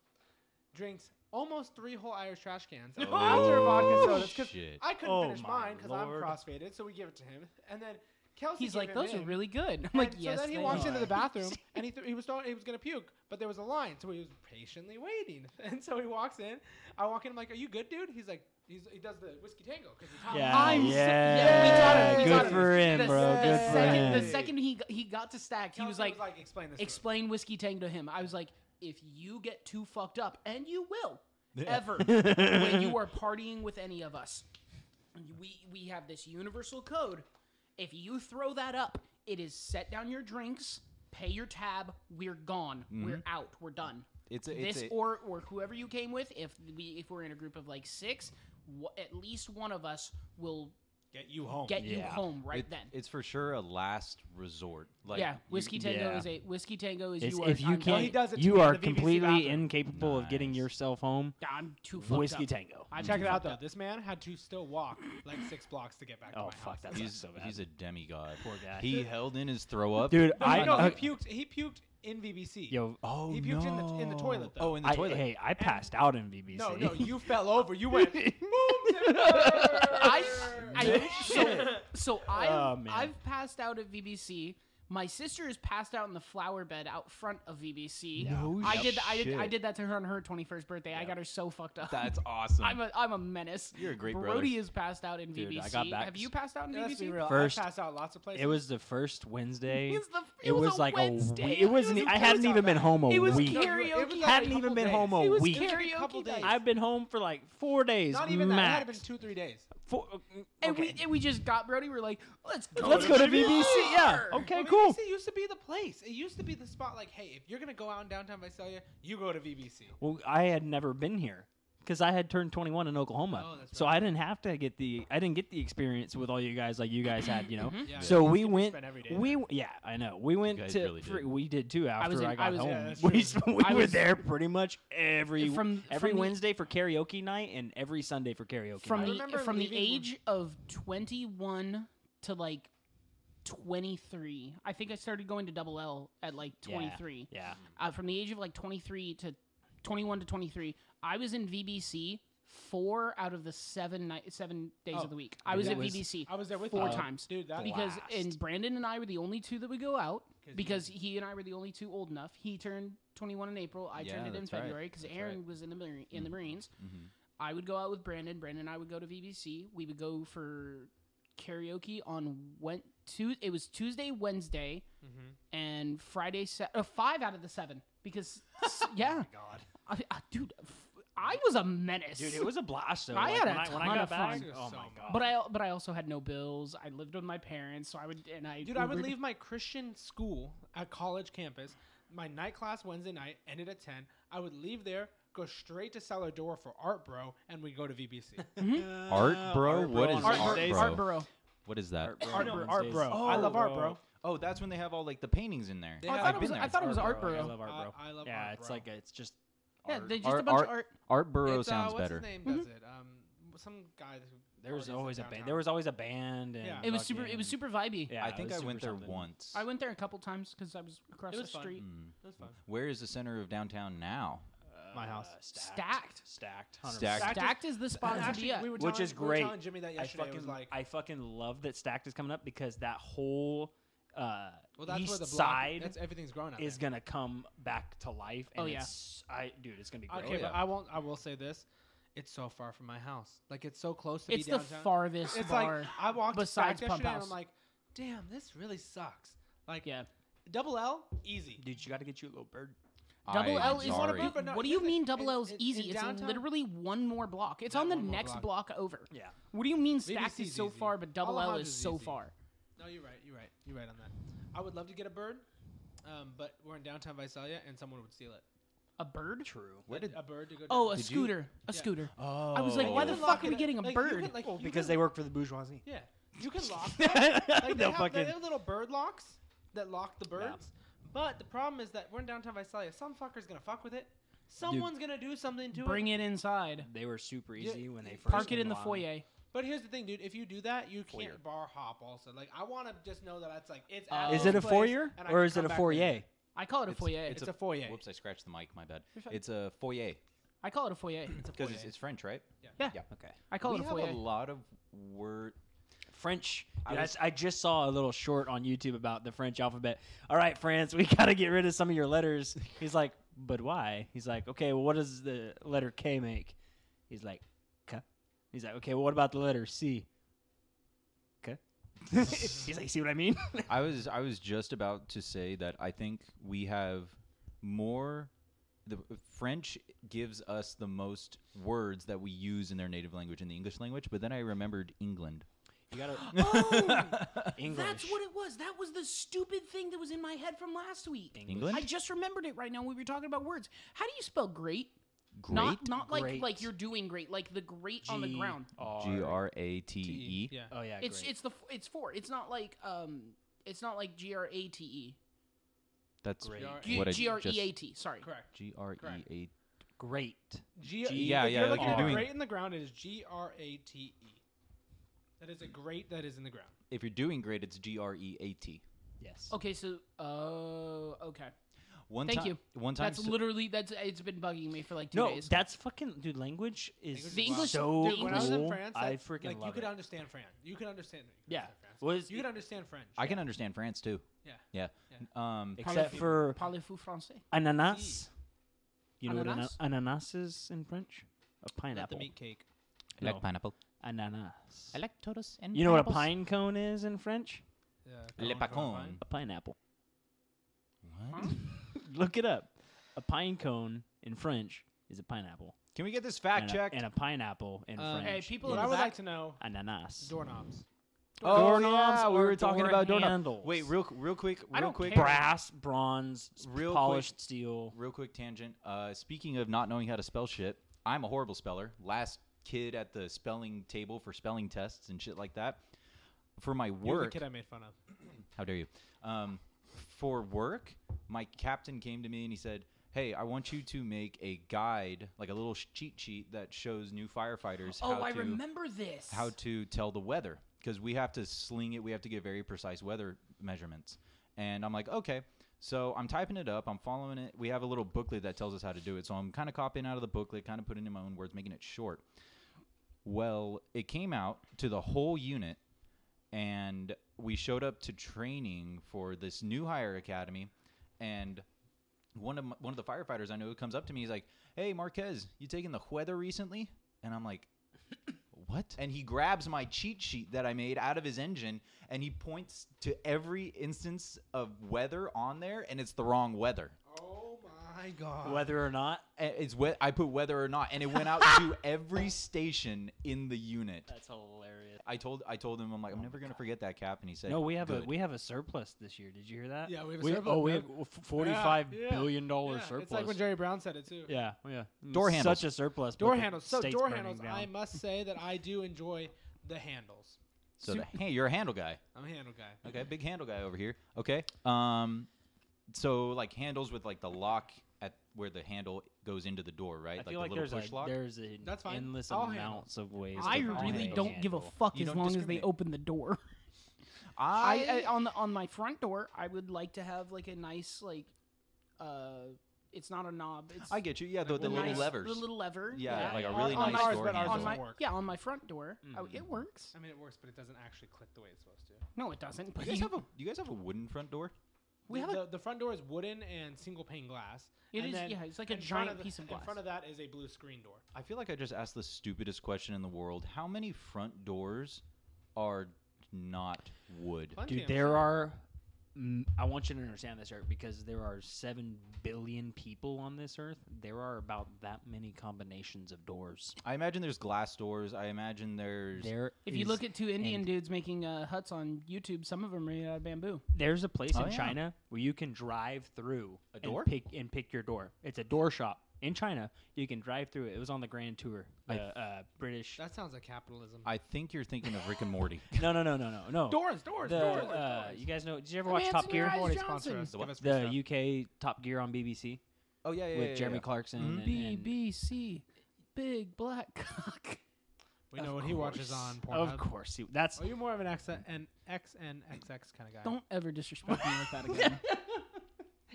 [SPEAKER 5] drinks almost three whole Irish trash cans.
[SPEAKER 1] (laughs)
[SPEAKER 5] And After a vodka soda, it's 'cause
[SPEAKER 3] shit.
[SPEAKER 5] I couldn't
[SPEAKER 1] Oh
[SPEAKER 5] finish
[SPEAKER 1] my
[SPEAKER 5] mine because I'm
[SPEAKER 1] lord.
[SPEAKER 5] crossfaded, so we give it to him. And then Kelsey,
[SPEAKER 4] He's
[SPEAKER 5] gave
[SPEAKER 4] like,
[SPEAKER 5] him
[SPEAKER 4] those are
[SPEAKER 5] in."
[SPEAKER 4] really good. I'm
[SPEAKER 5] And
[SPEAKER 4] like, yes.
[SPEAKER 5] so then he
[SPEAKER 4] they
[SPEAKER 5] walks
[SPEAKER 4] are."
[SPEAKER 5] into the
[SPEAKER 4] (laughs)
[SPEAKER 5] bathroom and he, th- he was throw- he was gonna puke, but there was a line, so he was patiently waiting. (laughs) And so he walks in. I walk in. I'm like, "Are you good, dude?" He's like, he's, he does the whiskey tango because he's hot.
[SPEAKER 1] Yeah,
[SPEAKER 4] I'm so-
[SPEAKER 1] yeah,
[SPEAKER 4] yeah, we got it, we got
[SPEAKER 1] good
[SPEAKER 4] it.
[SPEAKER 1] for him,
[SPEAKER 4] The-
[SPEAKER 1] bro.
[SPEAKER 4] the
[SPEAKER 1] good for
[SPEAKER 4] second,
[SPEAKER 1] him.
[SPEAKER 4] The second he g- he got to stacked, he
[SPEAKER 5] Kelsey
[SPEAKER 4] was like,
[SPEAKER 5] "Explain this." to him."
[SPEAKER 4] explain whiskey tang to him. I was like, if you get too fucked up, and you will
[SPEAKER 1] (laughs)
[SPEAKER 4] ever when you are partying with any of us, we we have this universal code. If you throw that up, it is set down your drinks, pay your tab, we're gone,
[SPEAKER 1] Mm-hmm.
[SPEAKER 4] we're out, we're done.
[SPEAKER 3] It's a, it's
[SPEAKER 4] This
[SPEAKER 3] a,
[SPEAKER 4] or or whoever you came with, if we if we're in a group of like six, wha- at least one of us will
[SPEAKER 5] "Get you home."
[SPEAKER 4] get you
[SPEAKER 1] Yeah.
[SPEAKER 4] home right
[SPEAKER 3] it-
[SPEAKER 4] then.
[SPEAKER 3] It's for sure a last resort. Like
[SPEAKER 4] yeah,
[SPEAKER 3] you-
[SPEAKER 4] whiskey tango
[SPEAKER 1] yeah.
[SPEAKER 4] is a whiskey tango is
[SPEAKER 1] It's-
[SPEAKER 4] you are.
[SPEAKER 1] if you
[SPEAKER 4] I'm done.
[SPEAKER 5] he
[SPEAKER 1] can't,
[SPEAKER 5] does it to
[SPEAKER 1] you
[SPEAKER 5] me in
[SPEAKER 1] are
[SPEAKER 5] the BBC
[SPEAKER 1] completely
[SPEAKER 5] bathroom.
[SPEAKER 1] incapable of getting
[SPEAKER 3] Nice.
[SPEAKER 1] yourself home.
[SPEAKER 4] I'm too fucked
[SPEAKER 1] Whiskey
[SPEAKER 4] up.
[SPEAKER 1] Tango.
[SPEAKER 4] I'm
[SPEAKER 5] Check
[SPEAKER 4] too
[SPEAKER 5] it out
[SPEAKER 4] fucked
[SPEAKER 5] though.
[SPEAKER 4] up.
[SPEAKER 5] This man had to still walk like six blocks to get back to
[SPEAKER 1] Oh,
[SPEAKER 5] my
[SPEAKER 1] fuck,
[SPEAKER 5] house.
[SPEAKER 1] that
[SPEAKER 3] he's
[SPEAKER 1] sucks so bad.
[SPEAKER 3] he's a demigod.
[SPEAKER 1] Poor guy.
[SPEAKER 3] He held in his throw up,
[SPEAKER 1] Dude,
[SPEAKER 5] No,
[SPEAKER 1] I
[SPEAKER 5] no,
[SPEAKER 1] uh,
[SPEAKER 5] he puked. He puked in VBC.
[SPEAKER 1] yo,
[SPEAKER 3] Oh
[SPEAKER 5] He puked in the- in the toilet, though.
[SPEAKER 3] Oh, in the
[SPEAKER 1] I,
[SPEAKER 3] toilet.
[SPEAKER 1] hey, I passed out in BBC.
[SPEAKER 5] No, no, you fell over. You
[SPEAKER 1] (laughs)
[SPEAKER 5] went. boom,
[SPEAKER 4] (laughs) I, I so, so
[SPEAKER 1] (laughs)
[SPEAKER 4] I've,
[SPEAKER 1] Oh, man.
[SPEAKER 4] I've passed out at VBC. My sister is passed out in the flower bed out front of VBC.
[SPEAKER 3] No
[SPEAKER 4] I did I did I
[SPEAKER 3] shit.
[SPEAKER 4] did that to her on her 21st birthday. I got her so fucked up.
[SPEAKER 3] That's awesome.
[SPEAKER 4] (laughs) I'm a I'm a menace.
[SPEAKER 3] You're a great
[SPEAKER 4] Brody
[SPEAKER 3] brother.
[SPEAKER 4] is passed out in
[SPEAKER 1] Dude,
[SPEAKER 4] VBC.
[SPEAKER 1] I got back-
[SPEAKER 4] Have you passed out in
[SPEAKER 5] Let's be
[SPEAKER 4] VBC?
[SPEAKER 5] real.
[SPEAKER 1] First-
[SPEAKER 5] I passed out lots of places.
[SPEAKER 1] it was the first Wednesday.
[SPEAKER 4] It was the- it
[SPEAKER 1] It
[SPEAKER 4] was
[SPEAKER 1] was
[SPEAKER 4] a
[SPEAKER 1] like
[SPEAKER 4] Wednesday.
[SPEAKER 1] a week.
[SPEAKER 4] It
[SPEAKER 1] It wasn't.
[SPEAKER 4] was
[SPEAKER 1] I
[SPEAKER 4] a
[SPEAKER 1] hadn't
[SPEAKER 5] Thursday.
[SPEAKER 1] even been home a
[SPEAKER 4] It was
[SPEAKER 1] week.
[SPEAKER 5] No, you- it was
[SPEAKER 4] Karaoke.
[SPEAKER 5] like
[SPEAKER 1] Hadn't
[SPEAKER 5] a couple
[SPEAKER 1] even been
[SPEAKER 5] days.
[SPEAKER 1] home a
[SPEAKER 4] It was
[SPEAKER 1] week.
[SPEAKER 5] It was a couple
[SPEAKER 4] karaoke
[SPEAKER 5] days.
[SPEAKER 1] (laughs)
[SPEAKER 4] night.
[SPEAKER 1] I've been home for like four days.
[SPEAKER 5] Not even that. It had
[SPEAKER 1] max.
[SPEAKER 5] been two, three days.
[SPEAKER 1] Four-
[SPEAKER 4] and
[SPEAKER 1] okay.
[SPEAKER 4] we and we just got Brody. We're like, let's go.
[SPEAKER 1] Let's go to BBC. Yeah.
[SPEAKER 4] Sure.
[SPEAKER 1] Okay.
[SPEAKER 5] Well,
[SPEAKER 1] Cool.
[SPEAKER 5] VBC used to be the place. It used to be the spot. Like, hey, if you're gonna go out in downtown Visalia, you go to VBC.
[SPEAKER 1] Well, I had never been here because I had turned 21 in Oklahoma,
[SPEAKER 5] Oh, that's
[SPEAKER 1] so
[SPEAKER 5] right.
[SPEAKER 1] I didn't have to get the I didn't get the experience with all you guys like you guys had, you know.
[SPEAKER 5] Yeah,
[SPEAKER 1] so
[SPEAKER 5] yeah.
[SPEAKER 1] we
[SPEAKER 5] You
[SPEAKER 1] went.
[SPEAKER 5] spent every day
[SPEAKER 1] we yeah, I know. We went
[SPEAKER 3] guys
[SPEAKER 1] to
[SPEAKER 3] really
[SPEAKER 1] fr-
[SPEAKER 3] did.
[SPEAKER 1] we did too after I,
[SPEAKER 4] was in-
[SPEAKER 1] got
[SPEAKER 4] I was-
[SPEAKER 1] home.
[SPEAKER 4] yeah,
[SPEAKER 5] that's
[SPEAKER 1] we
[SPEAKER 5] true.
[SPEAKER 1] sp- we
[SPEAKER 4] I
[SPEAKER 1] were
[SPEAKER 4] was-
[SPEAKER 1] there pretty much every
[SPEAKER 4] From-
[SPEAKER 1] every
[SPEAKER 4] from the-
[SPEAKER 1] Wednesday for karaoke night and every Sunday for karaoke
[SPEAKER 4] from
[SPEAKER 1] night.
[SPEAKER 5] I
[SPEAKER 4] the
[SPEAKER 5] remember
[SPEAKER 4] from the
[SPEAKER 5] leaving when-
[SPEAKER 4] age of 21 to like 23 i think i started going to double l at like
[SPEAKER 1] Yeah,
[SPEAKER 4] 23
[SPEAKER 1] Yeah.
[SPEAKER 4] uh, from the age of like 23 to 21 to 23 i was in vbc four out of the seven night, seven days
[SPEAKER 5] Oh,
[SPEAKER 4] of the week. I was
[SPEAKER 1] that
[SPEAKER 4] at
[SPEAKER 1] was-
[SPEAKER 4] VBC.
[SPEAKER 5] I was Oh. there with
[SPEAKER 4] four
[SPEAKER 5] you.
[SPEAKER 4] times,
[SPEAKER 5] dude. That
[SPEAKER 4] because
[SPEAKER 1] Blast.
[SPEAKER 4] and Brandon and I were the only two that would go out
[SPEAKER 5] 'Cause
[SPEAKER 4] because he and I were the only two old enough. He turned 21 in April. I
[SPEAKER 3] Yeah,
[SPEAKER 4] turned it in
[SPEAKER 3] that's right.
[SPEAKER 4] February because
[SPEAKER 3] That's
[SPEAKER 4] Aaron
[SPEAKER 3] right.
[SPEAKER 4] was in the Mar- in the Marines.
[SPEAKER 3] Mm-hmm.
[SPEAKER 4] I would go out with Brandon. Brandon and I would go to VBC. We would go for karaoke on went two. It was Tuesday, Wednesday, Mm-hmm. and Friday. Se- uh, five out of the seven because s- yeah,
[SPEAKER 2] God.
[SPEAKER 4] I, I, dude, f- I was a menace.
[SPEAKER 2] Dude, it was a blast though.
[SPEAKER 4] I
[SPEAKER 2] Like,
[SPEAKER 4] had
[SPEAKER 2] when
[SPEAKER 4] a
[SPEAKER 2] I, when I
[SPEAKER 4] ton
[SPEAKER 2] got
[SPEAKER 4] of
[SPEAKER 2] back,
[SPEAKER 4] fun.
[SPEAKER 2] Oh
[SPEAKER 5] So
[SPEAKER 2] my
[SPEAKER 5] much.
[SPEAKER 4] (laughs)
[SPEAKER 2] god.
[SPEAKER 4] But I but I also had no bills. I lived with my parents, so I would and I
[SPEAKER 5] Dude, I would
[SPEAKER 4] Ubered.
[SPEAKER 5] leave my Christian school at college campus. My night class Wednesday night ended at 10. I would leave there, go straight to Salador for art, bro, and we go
[SPEAKER 1] (laughs)
[SPEAKER 5] to VBC.
[SPEAKER 3] Art bro? What
[SPEAKER 2] on
[SPEAKER 3] is
[SPEAKER 2] Wednesdays.
[SPEAKER 3] art bro?
[SPEAKER 4] Art Borough.
[SPEAKER 3] What is that?
[SPEAKER 5] art, bro, art, bro.
[SPEAKER 2] Oh,
[SPEAKER 5] I love art,
[SPEAKER 2] bro.
[SPEAKER 5] bro.
[SPEAKER 3] Oh, that's when they have all like the paintings in there.
[SPEAKER 5] They
[SPEAKER 4] Oh, I
[SPEAKER 5] have,
[SPEAKER 4] thought
[SPEAKER 5] like,
[SPEAKER 4] it was.
[SPEAKER 3] been
[SPEAKER 4] I
[SPEAKER 3] there.
[SPEAKER 4] thought it was Art
[SPEAKER 1] I
[SPEAKER 4] Borough.
[SPEAKER 1] love art, bro.
[SPEAKER 5] I, I love
[SPEAKER 1] yeah,
[SPEAKER 5] art,
[SPEAKER 1] it's
[SPEAKER 5] bro.
[SPEAKER 1] like a, it's just.
[SPEAKER 4] Yeah,
[SPEAKER 1] art.
[SPEAKER 4] they're just a bunch of art.
[SPEAKER 3] Art borough
[SPEAKER 5] It's, uh,
[SPEAKER 3] sounds
[SPEAKER 5] what's
[SPEAKER 3] better.
[SPEAKER 5] His name does it. Um, some guy. Who
[SPEAKER 1] Mm-hmm. there was
[SPEAKER 5] artists
[SPEAKER 1] always a
[SPEAKER 5] downtown.
[SPEAKER 1] band. There was always a band, and
[SPEAKER 5] Yeah.
[SPEAKER 4] It was super. It was
[SPEAKER 1] fucking-
[SPEAKER 4] super vibey.
[SPEAKER 1] Yeah,
[SPEAKER 3] I
[SPEAKER 1] it
[SPEAKER 3] think
[SPEAKER 1] was
[SPEAKER 3] I
[SPEAKER 1] super
[SPEAKER 3] went there
[SPEAKER 1] something.
[SPEAKER 3] once.
[SPEAKER 4] I went there a couple times because I was across
[SPEAKER 5] It
[SPEAKER 4] the
[SPEAKER 5] was fun.
[SPEAKER 4] street.
[SPEAKER 5] It was fun.
[SPEAKER 3] Where is the center of downtown now?
[SPEAKER 5] My house.
[SPEAKER 1] Uh,
[SPEAKER 4] Stacked.
[SPEAKER 1] stacked, 100%.
[SPEAKER 3] Stacked.
[SPEAKER 4] Stacked is the spot to be
[SPEAKER 5] Actually,
[SPEAKER 4] at.
[SPEAKER 5] we were
[SPEAKER 1] which
[SPEAKER 5] telling-
[SPEAKER 1] is
[SPEAKER 5] we were
[SPEAKER 1] great.
[SPEAKER 5] telling Jimmy that yesterday.
[SPEAKER 1] I fucking,
[SPEAKER 5] it was like,
[SPEAKER 1] I fucking love that Stacked is coming up because that whole uh,
[SPEAKER 5] well, that's
[SPEAKER 1] east
[SPEAKER 5] where the block,
[SPEAKER 1] side
[SPEAKER 5] That's everything's grown up.
[SPEAKER 1] is
[SPEAKER 5] there.
[SPEAKER 1] gonna come back to life. And
[SPEAKER 4] Oh, yeah.
[SPEAKER 1] it's, I dude, it's gonna be great.
[SPEAKER 5] Okay,
[SPEAKER 3] yeah.
[SPEAKER 5] but I won't. I will say this: it's so far from my house. Like it's so close to
[SPEAKER 4] It's
[SPEAKER 5] be
[SPEAKER 4] the
[SPEAKER 5] downtown.
[SPEAKER 4] farthest
[SPEAKER 5] It's
[SPEAKER 4] bar
[SPEAKER 5] like I walked
[SPEAKER 4] besides
[SPEAKER 5] back
[SPEAKER 4] Pump
[SPEAKER 5] yesterday and
[SPEAKER 4] House.
[SPEAKER 5] I'm like, damn, this really sucks. Like
[SPEAKER 4] yeah.
[SPEAKER 5] double L, easy.
[SPEAKER 1] Dude, you got to get you a little bird.
[SPEAKER 4] Double
[SPEAKER 3] I am
[SPEAKER 4] L is
[SPEAKER 3] sorry.
[SPEAKER 5] Wanna But no,
[SPEAKER 4] what do you
[SPEAKER 5] isn't
[SPEAKER 4] mean
[SPEAKER 5] it-
[SPEAKER 4] double
[SPEAKER 5] in-
[SPEAKER 4] L is
[SPEAKER 5] in-
[SPEAKER 4] easy?
[SPEAKER 5] in
[SPEAKER 4] it's
[SPEAKER 5] downtown?
[SPEAKER 4] literally one more block. It's on the
[SPEAKER 5] one more
[SPEAKER 4] next block.
[SPEAKER 5] block.
[SPEAKER 4] over.
[SPEAKER 1] Yeah.
[SPEAKER 4] What do you mean stacked
[SPEAKER 5] VBC
[SPEAKER 4] is
[SPEAKER 5] is
[SPEAKER 4] so
[SPEAKER 5] easy.
[SPEAKER 4] far, but double L
[SPEAKER 5] Alaha's
[SPEAKER 4] is
[SPEAKER 5] is
[SPEAKER 4] so
[SPEAKER 5] easy.
[SPEAKER 4] far?
[SPEAKER 5] No, you're right. You're right. You're right on that. I would love to get a bird, um, but we're in downtown Visalia and someone would steal it.
[SPEAKER 4] A bird?
[SPEAKER 1] True.
[SPEAKER 3] Where
[SPEAKER 5] A-
[SPEAKER 3] did-
[SPEAKER 5] a bird to go.
[SPEAKER 4] Oh, a
[SPEAKER 3] Did you-
[SPEAKER 4] scooter. A scooter.
[SPEAKER 3] Oh.
[SPEAKER 4] I was like,
[SPEAKER 5] down.
[SPEAKER 4] why
[SPEAKER 5] You
[SPEAKER 4] the
[SPEAKER 5] can
[SPEAKER 4] fuck
[SPEAKER 5] lock
[SPEAKER 4] are we
[SPEAKER 5] it up.
[SPEAKER 4] getting a
[SPEAKER 5] Like, you
[SPEAKER 4] bird?
[SPEAKER 5] can- like, you
[SPEAKER 1] Because
[SPEAKER 5] can-
[SPEAKER 1] they work for the bourgeoisie.
[SPEAKER 5] Yeah, you
[SPEAKER 4] (laughs)
[SPEAKER 5] can lock. That. like
[SPEAKER 1] (laughs)
[SPEAKER 5] they
[SPEAKER 1] They'll
[SPEAKER 5] have, they
[SPEAKER 1] fucking-
[SPEAKER 5] have little bird locks that lock the birds. But the problem is that we're in downtown Visalia. Some fucker's gonna fuck with it. Someone's gonna do something to
[SPEAKER 4] Bring
[SPEAKER 5] it.
[SPEAKER 4] it inside.
[SPEAKER 1] They were super
[SPEAKER 5] Yeah,
[SPEAKER 1] easy when they first
[SPEAKER 4] Park it
[SPEAKER 1] came
[SPEAKER 4] in the
[SPEAKER 1] along.
[SPEAKER 4] foyer.
[SPEAKER 5] But here's the thing, dude. If you do that, you can't
[SPEAKER 3] Foyer.
[SPEAKER 5] bar hop. Also, like I want to just know that it's like it's.
[SPEAKER 4] Uh,
[SPEAKER 5] at
[SPEAKER 1] Is
[SPEAKER 5] this
[SPEAKER 1] it a
[SPEAKER 5] place,
[SPEAKER 1] foyer
[SPEAKER 5] and I
[SPEAKER 1] or
[SPEAKER 5] can
[SPEAKER 1] is it
[SPEAKER 5] come
[SPEAKER 1] a
[SPEAKER 5] back
[SPEAKER 1] foyer?
[SPEAKER 5] later.
[SPEAKER 4] I call it a foyer.
[SPEAKER 5] It's a foyer.
[SPEAKER 3] Whoops, I scratched the mic. My bad. It's a foyer
[SPEAKER 4] I call it a foyer.
[SPEAKER 3] because it's, it's French, right?
[SPEAKER 4] yeah.
[SPEAKER 3] Yeah.
[SPEAKER 1] Okay.
[SPEAKER 4] I call
[SPEAKER 3] we
[SPEAKER 4] it a
[SPEAKER 3] have
[SPEAKER 4] foyer.
[SPEAKER 3] a lot of word.
[SPEAKER 1] French. Dude, I,
[SPEAKER 3] was-
[SPEAKER 1] I just saw a little short on YouTube about the French alphabet. All right, France, (laughs) we got to get rid of some of your letters. He's like, but why? He's like, okay, well, what does the letter K make? He's like, K. He's like, okay, well, what about the letter C? K. (laughs) He's like, see what I mean?
[SPEAKER 3] I was I was just about to say that I think we have more. The French gives us the most words that we use in their native language in the English language, but then I remembered England.
[SPEAKER 1] you got to
[SPEAKER 4] (laughs) Oh,
[SPEAKER 1] English.
[SPEAKER 4] that's what it was. That was the stupid thing that was in my head from last week.
[SPEAKER 3] (laughs) England?
[SPEAKER 4] I just remembered it right now. when We were talking about words. How do you spell great?
[SPEAKER 3] Great.
[SPEAKER 4] Not not like
[SPEAKER 1] Great.
[SPEAKER 4] like you're doing great. Like the great on the
[SPEAKER 1] G
[SPEAKER 4] ground.
[SPEAKER 1] R-
[SPEAKER 3] G R A T E.
[SPEAKER 5] Yeah.
[SPEAKER 1] Oh yeah,
[SPEAKER 4] It's
[SPEAKER 1] great.
[SPEAKER 4] it's the f- it's four. It's not like um. It's not like G R A T E.
[SPEAKER 3] That's
[SPEAKER 1] Great.
[SPEAKER 3] what I
[SPEAKER 4] G R E A
[SPEAKER 3] just-
[SPEAKER 4] T. Sorry.
[SPEAKER 5] Correct.
[SPEAKER 3] G R E
[SPEAKER 5] Correct.
[SPEAKER 3] A T.
[SPEAKER 1] great.
[SPEAKER 5] G-
[SPEAKER 1] G- E?
[SPEAKER 3] yeah,
[SPEAKER 5] if
[SPEAKER 3] yeah, like
[SPEAKER 5] You're looking
[SPEAKER 3] you're
[SPEAKER 5] at
[SPEAKER 3] doing-
[SPEAKER 5] great in the ground. It is G R A T E. That is a great. That is in the ground.
[SPEAKER 3] If you're doing great, it's G R E A T.
[SPEAKER 1] Yes.
[SPEAKER 4] Okay. So. Oh. okay.
[SPEAKER 3] One
[SPEAKER 4] Thank
[SPEAKER 3] time,
[SPEAKER 4] you.
[SPEAKER 3] One time,
[SPEAKER 4] That's
[SPEAKER 3] s-
[SPEAKER 4] literally that's it's been bugging me for like two
[SPEAKER 1] No,
[SPEAKER 4] days.
[SPEAKER 1] that's fucking dude. Language is
[SPEAKER 5] The English-
[SPEAKER 1] so
[SPEAKER 4] the
[SPEAKER 5] Dude, when I was in
[SPEAKER 1] cool.
[SPEAKER 5] France,
[SPEAKER 1] I
[SPEAKER 5] that-
[SPEAKER 1] freaking
[SPEAKER 5] like,
[SPEAKER 1] love
[SPEAKER 5] you could
[SPEAKER 1] it.
[SPEAKER 5] understand Fran. You could understand. You could
[SPEAKER 1] Yeah.
[SPEAKER 5] understand France.
[SPEAKER 1] Was-
[SPEAKER 5] you could understand French.
[SPEAKER 3] I can understand France too.
[SPEAKER 5] Yeah.
[SPEAKER 3] Yeah. Um,
[SPEAKER 1] Except
[SPEAKER 5] Parlez-vous.
[SPEAKER 1] for
[SPEAKER 4] Parlez-vous français?
[SPEAKER 1] Ananas. You know
[SPEAKER 4] Ananas?
[SPEAKER 1] what ana- ananas is in French? A
[SPEAKER 5] Not the
[SPEAKER 1] pineapple.
[SPEAKER 5] meat cake.
[SPEAKER 3] I
[SPEAKER 1] No.
[SPEAKER 3] like pineapple.
[SPEAKER 1] Ananas.
[SPEAKER 3] I like totus and
[SPEAKER 1] you know what a
[SPEAKER 3] pineapples.
[SPEAKER 1] pine cone is in French?
[SPEAKER 5] uh,
[SPEAKER 3] Le pacon.
[SPEAKER 1] A pineapple.
[SPEAKER 3] What?
[SPEAKER 1] (laughs) Look it up. A pine cone in French is a pineapple.
[SPEAKER 3] Can we get this fact
[SPEAKER 1] and,
[SPEAKER 3] checked?
[SPEAKER 1] A, and a pineapple in
[SPEAKER 3] Uh,
[SPEAKER 5] Um,
[SPEAKER 1] French.
[SPEAKER 4] Hey, people
[SPEAKER 5] What
[SPEAKER 1] is
[SPEAKER 5] I would
[SPEAKER 4] back-
[SPEAKER 5] like to know
[SPEAKER 1] ananas.
[SPEAKER 5] doorknobs.
[SPEAKER 3] oh,
[SPEAKER 1] doorknobs
[SPEAKER 3] yeah, we were
[SPEAKER 1] or
[SPEAKER 3] talking
[SPEAKER 1] door
[SPEAKER 3] about doorknob-
[SPEAKER 1] handles.
[SPEAKER 3] Wait, real, real quick, real
[SPEAKER 4] I don't
[SPEAKER 3] quick,
[SPEAKER 4] care.
[SPEAKER 1] Brass, bronze, s-
[SPEAKER 3] Real
[SPEAKER 1] polished steel.
[SPEAKER 3] real quick tangent. Uh, speaking of not knowing how to spell shit, I'm a horrible speller. Last kid at the spelling table for spelling tests and shit like that. For my
[SPEAKER 5] You're the
[SPEAKER 3] work,
[SPEAKER 5] kid I made fun of.
[SPEAKER 3] How dare you? Um, for work, my captain came to me and he said, "Hey, I want you to make a guide, like a little sh- cheat sheet that shows new firefighters
[SPEAKER 4] Oh,
[SPEAKER 3] how
[SPEAKER 4] I
[SPEAKER 3] to
[SPEAKER 4] remember this.
[SPEAKER 3] how to tell the weather because we have to sling it. We have to get very precise weather measurements." And I'm like, "Okay." So I'm typing it up. I'm following it. We have a little booklet that tells us how to do it. So I'm kind of copying out of the booklet, kind of putting it in my own words, making it short. Well, it came out to the whole unit, and we showed up to training for this new hire academy, and one of my, one of the firefighters I know who comes up to me. He's like, "Hey, Marquez, you taking the weather recently?" And I'm like, "What?" And he grabs my cheat sheet that I made out of his engine, and he points to every instance of weather on there, and it's the wrong weather.
[SPEAKER 5] Oh my god.
[SPEAKER 1] Whether or not,
[SPEAKER 3] And It's wet. I put weather or not, and it went out
[SPEAKER 2] (laughs)
[SPEAKER 3] to every station in the unit.
[SPEAKER 1] that's hilarious.
[SPEAKER 3] I told I told him I'm like I'm never gonna forget that cap, and he said
[SPEAKER 2] No, we have a
[SPEAKER 3] "Good."
[SPEAKER 2] we have a surplus this year. Did you hear that?
[SPEAKER 5] Yeah, we have a surplus,
[SPEAKER 2] Oh, we
[SPEAKER 5] man.
[SPEAKER 2] have forty-five billion
[SPEAKER 5] Yeah, yeah.
[SPEAKER 2] dollar
[SPEAKER 5] Yeah,
[SPEAKER 2] surplus.
[SPEAKER 5] It's like when Jerry Brown said it too.
[SPEAKER 2] yeah, oh, yeah. Mm,
[SPEAKER 3] Door
[SPEAKER 2] Such
[SPEAKER 3] handles.
[SPEAKER 2] a surplus. but
[SPEAKER 5] Door
[SPEAKER 2] the
[SPEAKER 5] handles. So
[SPEAKER 2] state's
[SPEAKER 5] door
[SPEAKER 2] burning
[SPEAKER 5] handles.
[SPEAKER 2] down.
[SPEAKER 5] I must say that I do enjoy the handles.
[SPEAKER 3] So the, hey, you're a handle guy.
[SPEAKER 5] I'm a handle guy.
[SPEAKER 3] Okay, big handle guy over here. Okay. Um, so like handles with like the lock at where the handle goes into the door, right?
[SPEAKER 2] I
[SPEAKER 3] like
[SPEAKER 2] feel
[SPEAKER 3] the
[SPEAKER 2] like
[SPEAKER 3] little
[SPEAKER 2] there's
[SPEAKER 3] push
[SPEAKER 2] a,
[SPEAKER 3] lock.
[SPEAKER 2] there's an
[SPEAKER 5] That's fine.
[SPEAKER 2] endless
[SPEAKER 5] All
[SPEAKER 2] amounts of ways.
[SPEAKER 4] I
[SPEAKER 2] to buy
[SPEAKER 4] really
[SPEAKER 2] a
[SPEAKER 4] don't give a
[SPEAKER 2] handle.
[SPEAKER 4] fuck
[SPEAKER 3] You
[SPEAKER 4] as
[SPEAKER 3] don't
[SPEAKER 4] long as they
[SPEAKER 3] discriminate.
[SPEAKER 4] open the door. I,
[SPEAKER 3] I,
[SPEAKER 4] I on the on my front door, I would like to have like a nice like, uh, it's not a knob. It's
[SPEAKER 3] I get you. Yeah, the,
[SPEAKER 5] Like
[SPEAKER 3] the
[SPEAKER 5] a
[SPEAKER 3] little
[SPEAKER 4] nice-
[SPEAKER 3] levers.
[SPEAKER 4] The little lever.
[SPEAKER 3] Yeah, like a
[SPEAKER 5] yeah.
[SPEAKER 3] really
[SPEAKER 5] On- on
[SPEAKER 3] nice
[SPEAKER 5] ours,
[SPEAKER 3] door
[SPEAKER 5] but ours
[SPEAKER 3] handle. Mm-hmm.
[SPEAKER 4] on
[SPEAKER 5] doesn't
[SPEAKER 4] my
[SPEAKER 5] work.
[SPEAKER 4] yeah on my front door. I- it works.
[SPEAKER 5] I mean, it works, but it doesn't actually click the way it's supposed to.
[SPEAKER 4] No, it doesn't. But
[SPEAKER 3] you guys
[SPEAKER 4] (laughs) you-
[SPEAKER 3] have a you guys have a wooden front door?
[SPEAKER 4] we
[SPEAKER 5] the,
[SPEAKER 4] have a,
[SPEAKER 5] the, the front door is wooden and single pane glass.
[SPEAKER 4] It
[SPEAKER 5] and
[SPEAKER 4] is-
[SPEAKER 5] then
[SPEAKER 4] yeah, it's like a
[SPEAKER 5] in front
[SPEAKER 4] giant
[SPEAKER 5] the-
[SPEAKER 4] piece of glass.
[SPEAKER 5] In front of that is a blue screen door.
[SPEAKER 3] I feel like I just asked the stupidest question in the world. How many front doors are not wood?
[SPEAKER 5] Plenty
[SPEAKER 2] Dude,
[SPEAKER 5] of
[SPEAKER 2] there
[SPEAKER 5] them.
[SPEAKER 2] are. mm, I want you to understand this, Eric, because there are seven billion people on this earth. There are about that many combinations of doors.
[SPEAKER 3] I imagine there's glass doors. I imagine there's
[SPEAKER 2] There,
[SPEAKER 4] if you
[SPEAKER 2] is-
[SPEAKER 4] look at two Indian
[SPEAKER 2] and-
[SPEAKER 4] dudes making uh, huts on YouTube, some of them are made out of bamboo.
[SPEAKER 2] there's a place
[SPEAKER 3] Oh,
[SPEAKER 2] in
[SPEAKER 3] yeah.
[SPEAKER 2] China where you can drive through
[SPEAKER 3] A
[SPEAKER 2] and
[SPEAKER 3] door?
[SPEAKER 2] pick and pick your door. It's a door shop in China. You can drive through it. It was on the Grand Tour, the uh, British.
[SPEAKER 5] That sounds like capitalism.
[SPEAKER 3] I think you're thinking of Rick and Morty.
[SPEAKER 2] No, no, no, no, no, no.
[SPEAKER 5] doors, doors,
[SPEAKER 2] the,
[SPEAKER 5] doors.
[SPEAKER 2] uh,
[SPEAKER 5] doors.
[SPEAKER 2] You guys know? Did you ever
[SPEAKER 4] The
[SPEAKER 2] watch
[SPEAKER 4] man's
[SPEAKER 2] Top
[SPEAKER 4] in
[SPEAKER 2] Gear?
[SPEAKER 4] your eyes,
[SPEAKER 5] Morty
[SPEAKER 4] Johnson.
[SPEAKER 5] sponsor us.
[SPEAKER 3] The
[SPEAKER 5] Give
[SPEAKER 3] what?
[SPEAKER 5] us free
[SPEAKER 2] The
[SPEAKER 5] stuff.
[SPEAKER 2] UK Top Gear on BBC
[SPEAKER 3] oh yeah, yeah,
[SPEAKER 2] with
[SPEAKER 3] yeah,
[SPEAKER 2] Jeremy
[SPEAKER 3] yeah.
[SPEAKER 2] Clarkson. and-
[SPEAKER 4] Mm-hmm. B
[SPEAKER 2] and-
[SPEAKER 4] B C, big black (laughs) cock.
[SPEAKER 5] we know what he watches on Pornhub.
[SPEAKER 2] Of course, he,
[SPEAKER 3] (laughs)
[SPEAKER 2] that's
[SPEAKER 5] Are you more of an X an X and XX kind of guy?
[SPEAKER 4] Don't ever disrespect me like that (laughs) again.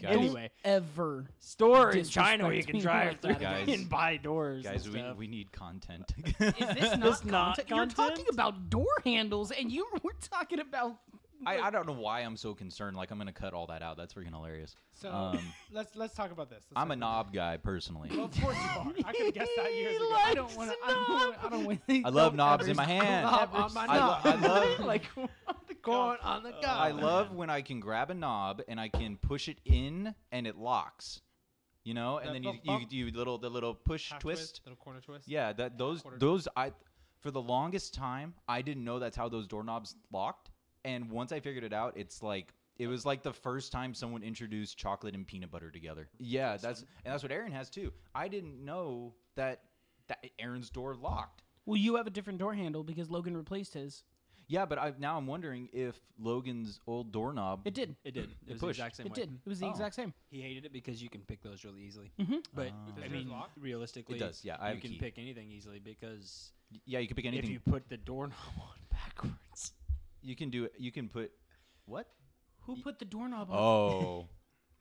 [SPEAKER 3] Guys,
[SPEAKER 2] anyway.
[SPEAKER 4] ever.
[SPEAKER 2] Store in
[SPEAKER 4] Disrespect
[SPEAKER 2] China where you can
[SPEAKER 4] me
[SPEAKER 2] drive
[SPEAKER 4] like
[SPEAKER 2] through
[SPEAKER 4] that
[SPEAKER 3] again.
[SPEAKER 2] and buy doors.
[SPEAKER 3] guys,
[SPEAKER 2] and
[SPEAKER 3] we,
[SPEAKER 2] stuff.
[SPEAKER 3] we need content.
[SPEAKER 4] (laughs) Is
[SPEAKER 3] (laughs)
[SPEAKER 4] this
[SPEAKER 2] This
[SPEAKER 4] not,
[SPEAKER 2] not
[SPEAKER 4] content? You're talking
[SPEAKER 2] content?
[SPEAKER 4] about door handles, and you (laughs) were talking about
[SPEAKER 3] I, I don't know why I'm so concerned. Like I'm gonna cut all that out. That's freaking hilarious.
[SPEAKER 5] So
[SPEAKER 3] Um,
[SPEAKER 5] let's let's talk about this. Let's
[SPEAKER 3] I'm a
[SPEAKER 5] (laughs) talk about
[SPEAKER 3] knob guy personally.
[SPEAKER 5] this. Well, of course you are. I could guess that years ago.
[SPEAKER 4] I don't want to. I don't. wanna- I
[SPEAKER 5] (laughs)
[SPEAKER 4] don't
[SPEAKER 3] I
[SPEAKER 4] want. (laughs)
[SPEAKER 3] love knobs in my hand.
[SPEAKER 5] knob on my
[SPEAKER 3] I, lo-
[SPEAKER 5] knob.
[SPEAKER 3] I
[SPEAKER 5] (laughs)
[SPEAKER 3] love
[SPEAKER 2] like
[SPEAKER 5] Going on the go.
[SPEAKER 3] I love when I can grab a knob and I can push it in and it locks. You know, and
[SPEAKER 5] That
[SPEAKER 3] then you,
[SPEAKER 5] bump,
[SPEAKER 3] you
[SPEAKER 5] bump.
[SPEAKER 3] you little the little push
[SPEAKER 5] Half
[SPEAKER 3] twist.
[SPEAKER 5] little corner twist.
[SPEAKER 3] Yeah, that those
[SPEAKER 5] quarter
[SPEAKER 3] those I for the longest time I didn't know that's how those doorknobs locked. And once I figured it out, it's like it was like the first time someone introduced chocolate and peanut butter together. Yeah, that's and that's what Aaron has too. I didn't know that that Aaron's door locked.
[SPEAKER 4] Well, you have a different door handle because Logan replaced his.
[SPEAKER 3] Yeah, but I now I'm wondering if Logan's old doorknob
[SPEAKER 4] It did.
[SPEAKER 2] it did. It was the
[SPEAKER 3] pushed.
[SPEAKER 2] exact same
[SPEAKER 4] It
[SPEAKER 2] way.
[SPEAKER 4] did. It was the
[SPEAKER 3] Oh.
[SPEAKER 4] exact same.
[SPEAKER 2] He hated it because you can pick those really easily.
[SPEAKER 4] Mhm.
[SPEAKER 2] Mm-hmm. But
[SPEAKER 3] Oh.
[SPEAKER 2] I
[SPEAKER 5] Does yours
[SPEAKER 2] mean,
[SPEAKER 5] lock?
[SPEAKER 2] realistically,
[SPEAKER 3] It does, yeah, I have
[SPEAKER 2] you
[SPEAKER 3] a
[SPEAKER 2] can
[SPEAKER 3] key.
[SPEAKER 2] pick anything easily because
[SPEAKER 3] Yeah, you can pick anything.
[SPEAKER 2] if you
[SPEAKER 3] You,
[SPEAKER 2] put the doorknob (laughs) on backwards,
[SPEAKER 3] can do it. You can put what?
[SPEAKER 4] Who put the doorknob on?
[SPEAKER 3] Oh.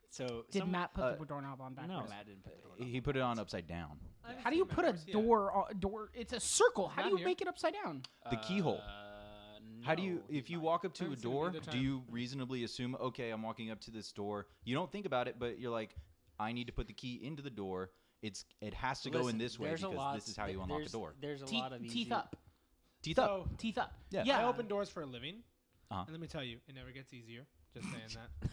[SPEAKER 2] so
[SPEAKER 4] Did
[SPEAKER 2] some-
[SPEAKER 4] Matt put
[SPEAKER 3] uh,
[SPEAKER 4] the doorknob on backwards?
[SPEAKER 2] No, Matt didn't put the doorknob.
[SPEAKER 3] (laughs) he put it on upside down.
[SPEAKER 4] How do you put a door on, door? It's a circle. How
[SPEAKER 5] Down
[SPEAKER 4] do you
[SPEAKER 5] here.
[SPEAKER 4] make it upside down?
[SPEAKER 3] The keyhole.
[SPEAKER 2] Uh,
[SPEAKER 3] How do you,
[SPEAKER 2] no,
[SPEAKER 3] if you
[SPEAKER 2] not.
[SPEAKER 3] walk up to a
[SPEAKER 5] Turns to me
[SPEAKER 3] door,
[SPEAKER 5] the
[SPEAKER 3] do
[SPEAKER 5] time.
[SPEAKER 3] you reasonably assume, okay, I'm walking up to this door? You don't think about it, but you're like, I need to put the key into the door. It's it has to go in
[SPEAKER 2] Listen,
[SPEAKER 3] this way
[SPEAKER 2] there's a
[SPEAKER 3] because
[SPEAKER 2] lot-
[SPEAKER 3] this is how you
[SPEAKER 2] there-
[SPEAKER 3] unlock the
[SPEAKER 2] there's-
[SPEAKER 3] door.
[SPEAKER 2] There's a
[SPEAKER 4] Teeth-
[SPEAKER 2] lot of
[SPEAKER 4] teeth
[SPEAKER 2] easy-
[SPEAKER 4] up.
[SPEAKER 3] Teeth up.
[SPEAKER 5] So
[SPEAKER 4] Teeth up.
[SPEAKER 3] Yeah.
[SPEAKER 4] Yeah.
[SPEAKER 5] I open doors for a living,
[SPEAKER 3] Uh-huh.
[SPEAKER 5] and let me tell you, it never gets easier. Just saying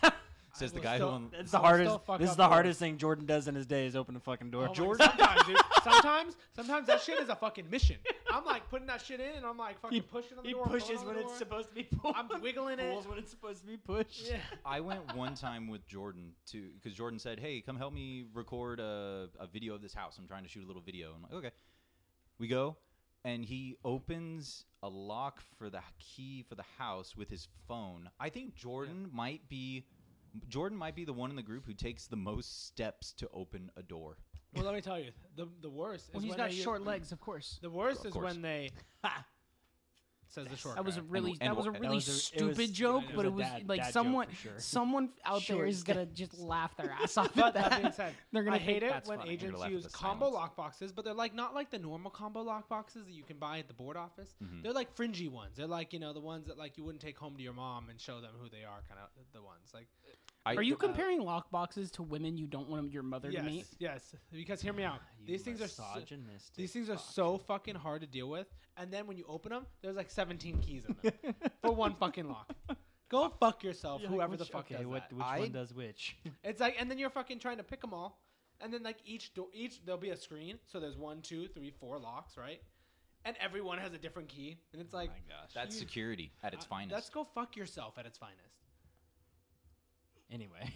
[SPEAKER 5] that.
[SPEAKER 3] Says
[SPEAKER 5] I
[SPEAKER 3] the
[SPEAKER 5] will
[SPEAKER 3] guy who
[SPEAKER 5] still-
[SPEAKER 3] un-
[SPEAKER 2] It's
[SPEAKER 5] It's
[SPEAKER 2] the
[SPEAKER 5] the Someone hardest- still
[SPEAKER 2] hardest.
[SPEAKER 5] fuck
[SPEAKER 2] This
[SPEAKER 5] this
[SPEAKER 2] is
[SPEAKER 5] is up
[SPEAKER 2] the
[SPEAKER 5] the
[SPEAKER 2] hardest
[SPEAKER 5] doors. hardest
[SPEAKER 2] thing Jordan does in his day is open a fucking door.
[SPEAKER 5] Oh my- sometimes, dude. Sometimes, sometimes that shit is a fucking mission. I'm like putting that shit in, and I'm like fucking pushing on
[SPEAKER 2] (laughs)
[SPEAKER 5] the
[SPEAKER 2] he
[SPEAKER 5] door. pulling
[SPEAKER 2] pushes
[SPEAKER 5] on the
[SPEAKER 2] when it's
[SPEAKER 5] door.
[SPEAKER 2] supposed to be pulled. (laughs)
[SPEAKER 5] I'm wiggling it.
[SPEAKER 2] Pulls when it's supposed to be pushed.
[SPEAKER 5] Yeah.
[SPEAKER 3] I went one time with Jordan to because Jordan said, "Hey, come help me record a, a video of this house. I'm trying to shoot a little video." I'm like, "Okay." We go, and he opens a lock for the key for the house with his phone. I think Jordan might be Jordan might be the one in the group who takes the most steps to open a door.
[SPEAKER 5] Well, let me tell you, the the worst
[SPEAKER 4] Well,
[SPEAKER 5] is
[SPEAKER 4] he's
[SPEAKER 5] when uh,
[SPEAKER 4] got
[SPEAKER 5] they-
[SPEAKER 4] short legs, of course.
[SPEAKER 3] (laughs)
[SPEAKER 5] The worst
[SPEAKER 3] Of
[SPEAKER 5] is
[SPEAKER 3] course.
[SPEAKER 5] when they Says the short
[SPEAKER 4] That was (laughs)
[SPEAKER 5] guy.
[SPEAKER 4] a really
[SPEAKER 3] and
[SPEAKER 4] that was a
[SPEAKER 3] wh- that
[SPEAKER 4] really
[SPEAKER 2] was a- it was-
[SPEAKER 4] stupid
[SPEAKER 2] it was
[SPEAKER 4] joke,
[SPEAKER 2] a
[SPEAKER 4] but it was
[SPEAKER 2] dad-
[SPEAKER 4] like
[SPEAKER 2] dad joke
[SPEAKER 4] someone
[SPEAKER 2] for sure.
[SPEAKER 4] someone out there
[SPEAKER 5] Short
[SPEAKER 4] is gonna just laugh their ass off
[SPEAKER 5] But
[SPEAKER 4] at
[SPEAKER 5] that,
[SPEAKER 4] that.
[SPEAKER 5] being said,
[SPEAKER 4] (laughs) They're gonna
[SPEAKER 5] I hate
[SPEAKER 4] think
[SPEAKER 5] it
[SPEAKER 4] that's
[SPEAKER 5] when
[SPEAKER 4] funny.
[SPEAKER 3] You're gonna
[SPEAKER 5] agents
[SPEAKER 3] laugh at
[SPEAKER 5] use
[SPEAKER 3] the
[SPEAKER 5] combo
[SPEAKER 3] silence.
[SPEAKER 5] lock boxes, but they're like not like the normal combo lock boxes that you can buy at the board office.
[SPEAKER 3] Mm-hmm.
[SPEAKER 5] They're like fringy ones. They're like you know the ones that like you wouldn't take home to your mom and show them who they are, kind of the ones like
[SPEAKER 3] I,
[SPEAKER 4] Are you comparing lock boxes to women you don't want your mother
[SPEAKER 5] yes,
[SPEAKER 4] to meet?
[SPEAKER 5] yes. Because hear me
[SPEAKER 4] (sighs)
[SPEAKER 5] out.
[SPEAKER 2] You
[SPEAKER 5] These things are so,
[SPEAKER 2] misogynistic.
[SPEAKER 5] these things are so fucking hard to deal with. And then when you open them, there's like 17 keys in
[SPEAKER 4] (laughs)
[SPEAKER 5] them for one fucking lock. Go fuck yourself, whoever the fuck does
[SPEAKER 2] what,
[SPEAKER 5] that.
[SPEAKER 2] Which
[SPEAKER 3] I-
[SPEAKER 2] one does
[SPEAKER 5] (laughs)
[SPEAKER 2] which?
[SPEAKER 5] It's like, and then you're fucking trying to pick them all, and then like each door, each there'll be a screen. So there's one, two, three, four locks, right? And everyone has a different key, and it's like,
[SPEAKER 3] That's security at its
[SPEAKER 5] uh,
[SPEAKER 3] finest.
[SPEAKER 5] Let's go fuck yourself at its finest.
[SPEAKER 3] (laughs)
[SPEAKER 2] Anyway,